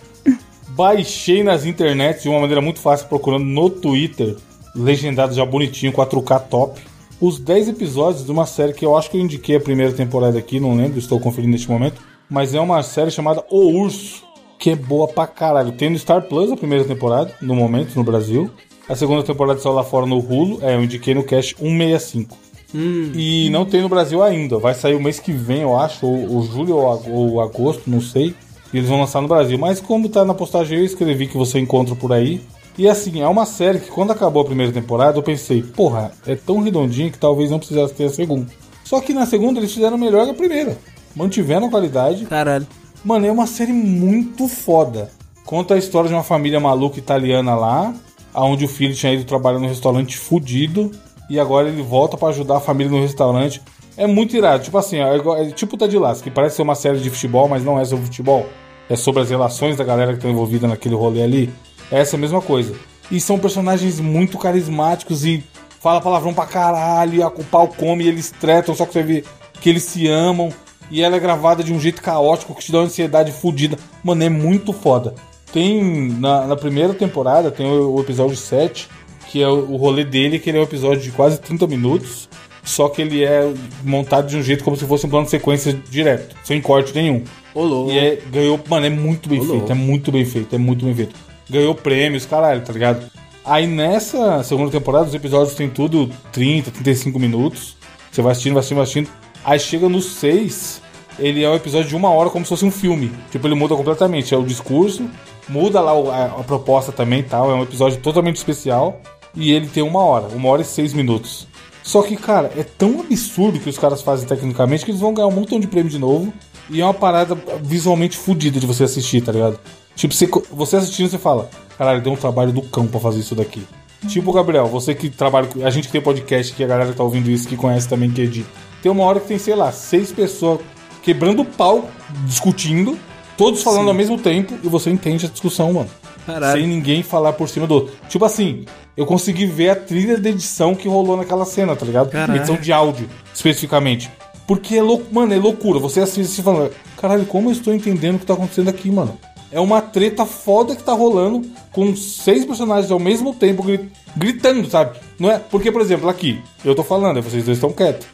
A: Baixei nas internets de uma maneira muito fácil, procurando no Twitter, legendado já bonitinho, 4K top, os 10 episódios de uma série que eu acho que eu indiquei a primeira temporada aqui, não lembro, estou conferindo neste momento, mas é uma série chamada O Urso, que é boa pra caralho. Tem no Star Plus a primeira temporada, no momento, no Brasil. A segunda temporada saiu lá fora no Hulu, é, eu indiquei no Cash 165. E não tem no Brasil ainda. Vai sair o mês que vem, eu acho, ou, ou julho ou, ag- ou agosto, não sei. E eles vão lançar no Brasil. Mas como tá na postagem, eu escrevi que você encontra por aí. E assim, é uma série que quando acabou a primeira temporada, eu pensei, porra, é tão redondinha que talvez não precisasse ter a segunda. Só que na segunda eles fizeram melhor que a primeira. Mantiveram a qualidade.
C: Caralho.
A: Mano, é uma série muito foda. Conta a história de uma família maluca italiana lá, aonde o filho tinha ido trabalhar num restaurante fudido e agora ele volta pra ajudar a família no restaurante. É muito irado, tipo assim, é, igual- é tipo Tá de Lasca, que parece ser uma série de futebol, mas não é sobre futebol. É sobre as relações da galera que tá envolvida naquele rolê ali. Essa é a mesma coisa. E são personagens muito carismáticos e fala palavrão pra caralho, e a- o pau come, e eles tretam, só que você vê que eles se amam. E ela é gravada de um jeito caótico que te dá uma ansiedade fodida. Mano, é muito foda. Tem. Na, na primeira temporada, tem o, o episódio 7, que é o, o rolê dele, que ele é um episódio de quase 30 minutos. Só que ele é montado de um jeito como se fosse um plano de sequência direto, sem corte nenhum.
C: Ô, louco.
A: E é, ganhou, mano, é muito bem
C: Ô,
A: feito,
C: louco.
A: é muito bem feito, é muito bem feito. Ganhou prêmios, caralho, tá ligado? Aí nessa segunda temporada, os episódios tem tudo 30, 35 minutos. Você vai assistindo, vai assistindo, vai assistindo. Aí chega no 6, ele é um episódio de uma hora como se fosse um filme. Tipo, ele muda completamente. É o discurso, muda lá o- a, a proposta também e tal. É um episódio totalmente especial. E ele tem uma hora, uma hora e seis minutos. Só que, cara, é tão absurdo que os caras fazem tecnicamente que eles vão ganhar um montão de prêmio de novo. E é uma parada visualmente fodida de você assistir, tá ligado? Tipo, você, co- você assistindo, você fala, caralho, deu um trabalho do cão pra fazer isso daqui. Tipo, Gabriel, você que trabalha. com- A gente que tem podcast, que a galera que tá ouvindo isso, que conhece também, que edita. Tem uma hora que tem, sei lá, seis pessoas quebrando o pau, discutindo, todos falando ao mesmo tempo, e você entende a discussão, mano.
C: Caralho.
A: Sem ninguém falar por cima do outro. Tipo assim, eu consegui ver a trilha de edição que rolou naquela cena, tá ligado?
C: Caralho.
A: Edição de áudio, especificamente. Porque é louco, mano, é loucura. Você assiste e fala, caralho, como eu estou entendendo o que tá acontecendo aqui, mano? É uma treta foda que tá rolando com seis personagens ao mesmo tempo gri- gritando, sabe? Não é? Porque, por exemplo, aqui, eu tô falando, aí vocês dois estão quietos.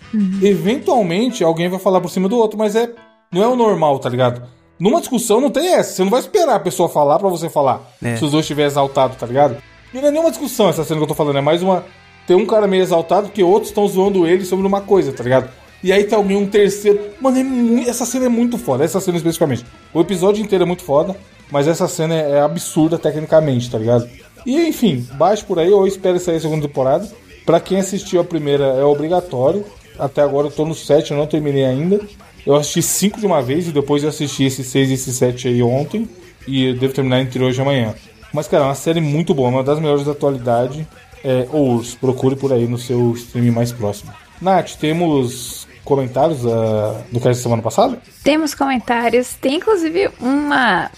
A: Eventualmente, alguém vai falar por cima do outro, mas é. Não é o normal, tá ligado? Numa discussão não tem essa. Você não vai esperar a pessoa falar pra você falar.
C: É.
A: Se os dois estiverem exaltados, tá ligado? E não é nenhuma discussão essa cena que eu tô falando. É mais uma. Tem um cara meio exaltado porque outros estão zoando ele sobre uma coisa, tá ligado? E aí tem alguém, um terceiro. Mano, é mui- essa cena é muito foda. Essa cena especificamente. O episódio inteiro é muito foda, mas essa cena é é absurda tecnicamente, tá ligado? E enfim, baixe por aí ou espere sair a segunda temporada. Pra quem assistiu a primeira, é obrigatório. Até agora eu tô no 7, eu não terminei ainda. Eu assisti 5 de uma vez e depois eu assisti esse 6 e esse 7 aí ontem. E eu devo terminar entre hoje e amanhã. Mas, cara, é uma série muito boa, uma das melhores da atualidade. É Ours, procure por aí no seu streaming mais próximo. Nath, temos comentários ah, do que da semana passada?
B: Temos comentários. Tem inclusive uma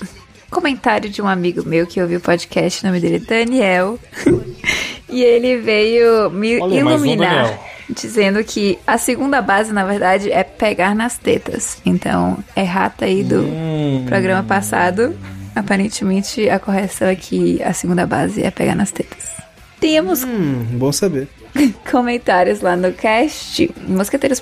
B: comentário de um amigo meu que ouviu o podcast, o nome dele é Daniel. e ele veio me
A: Olha aí, mais um
B: iluminar.
A: Daniel.
B: Dizendo que a segunda base, na verdade, é pegar nas tetas. Então, é rata aí do
A: Hum.
B: programa passado. Aparentemente, a correção é que a segunda base é pegar nas tetas. Temos
C: Hum, bom saber.
B: comentários lá no cast,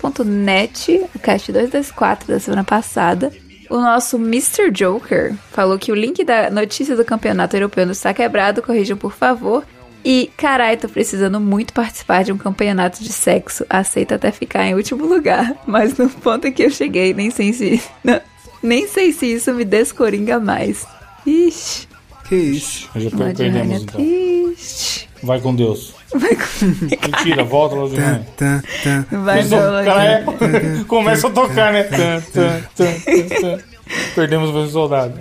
B: mosqueteiros.net, o cast 224 da semana passada. O nosso Mr. Joker falou que o link da notícia do campeonato europeu não está quebrado, corrijam por favor. E, carai, tô precisando muito participar de um campeonato de sexo. Aceito até ficar em último lugar, mas no ponto em que eu cheguei, nem sei se. não, nem sei se isso me descoringa mais. Ixi,
C: Que isso.
A: Já per-
B: uma de
A: perdemos,
B: Rania
A: então.
B: triste.
A: Vai com Deus.
B: né? Vai com...
A: Mentira, volta lá de manhã.
C: Tã, tã.
B: Vai,
A: Mas o
B: Zola,
A: cara é- começa a tocar, né? Tan, tan, tan, tan, tan. Perdemos o soldado.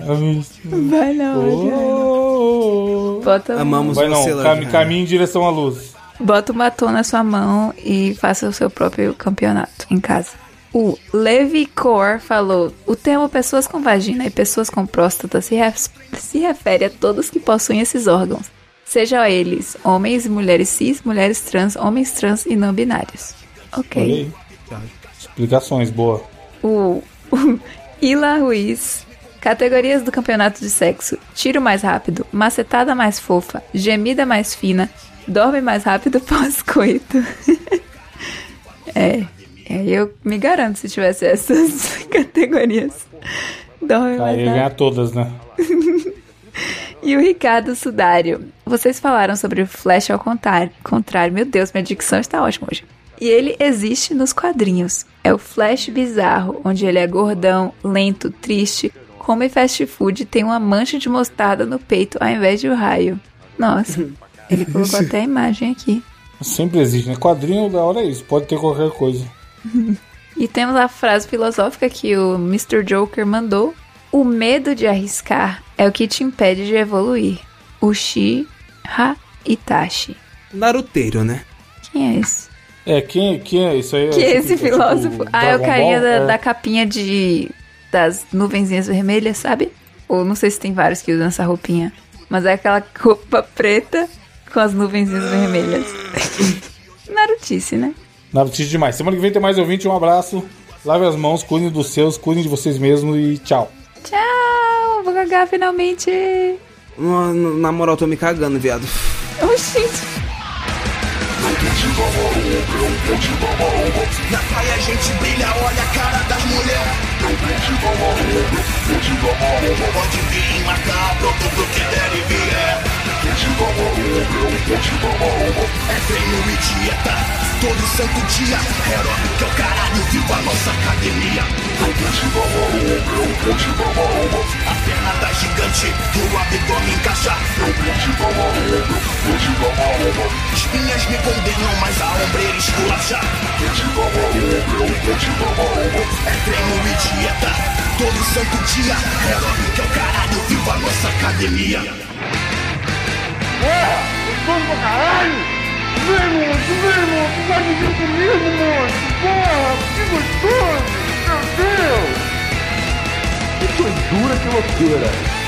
B: Vai na hora.
A: Oh.
B: Bota,
C: Amamos
A: Vai não,
C: você,
A: cam
C: Lorena.
A: caminho em direção à luz.
B: bota um batom na sua mão e faça o seu próprio campeonato em casa. O Levi Cor falou: o termo pessoas com vagina e pessoas com próstata se, ref- se refere a todos que possuem esses órgãos, seja eles homens e mulheres cis, mulheres trans, homens trans e não binários. Ok.
A: Olha aí. Explicações, boa.
B: o Ila Ruiz. Categorias do campeonato de sexo: tiro mais rápido, macetada mais fofa, gemida mais fina, dorme mais rápido pós-coito. é, é, eu me garanto se tivesse essas categorias.
A: Cara,
B: Dorme mais
A: ia
B: rápido.
A: ganhar todas, né?
B: E o Ricardo Sudário. Vocês falaram sobre o Flash ao contrário. contrário. Meu Deus, minha dicção está ótima hoje. E ele existe nos quadrinhos. É o Flash bizarro, onde ele é gordão, lento, triste, come fast food e tem uma mancha de mostarda no peito ao invés de um raio. Nossa, ele colocou até a imagem aqui.
A: Sempre existe, né? Quadrinho da hora é isso, pode ter qualquer coisa.
B: E temos a frase filosófica que o Mr. Joker mandou: O medo de arriscar é o que te impede de evoluir. Ushi Ha Itachi.
C: Naruteiro, né?
B: Quem é esse?
A: É, quem, quem é isso aí? é
B: Que é
A: tipo-
B: esse
A: é tipo
B: filósofo? ah, é o
A: Dragon
B: carinha
A: Ball?
B: da,
A: É.
B: da capinha de. das nuvenzinhas vermelhas, sabe? Ou não sei se tem vários que usam essa roupinha. Mas é aquela roupa preta com as nuvenzinhas vermelhas. Narutice, né?
A: Narutice demais. Semana que vem tem mais ouvinte. Um abraço. Lave as mãos, cuidem dos seus, cuidem de vocês mesmos e tchau.
B: Tchau! Vou cagar finalmente!
C: Na- Na moral, tô me cagando, viado.
B: Oxi!
I: Que doidura, que loucura!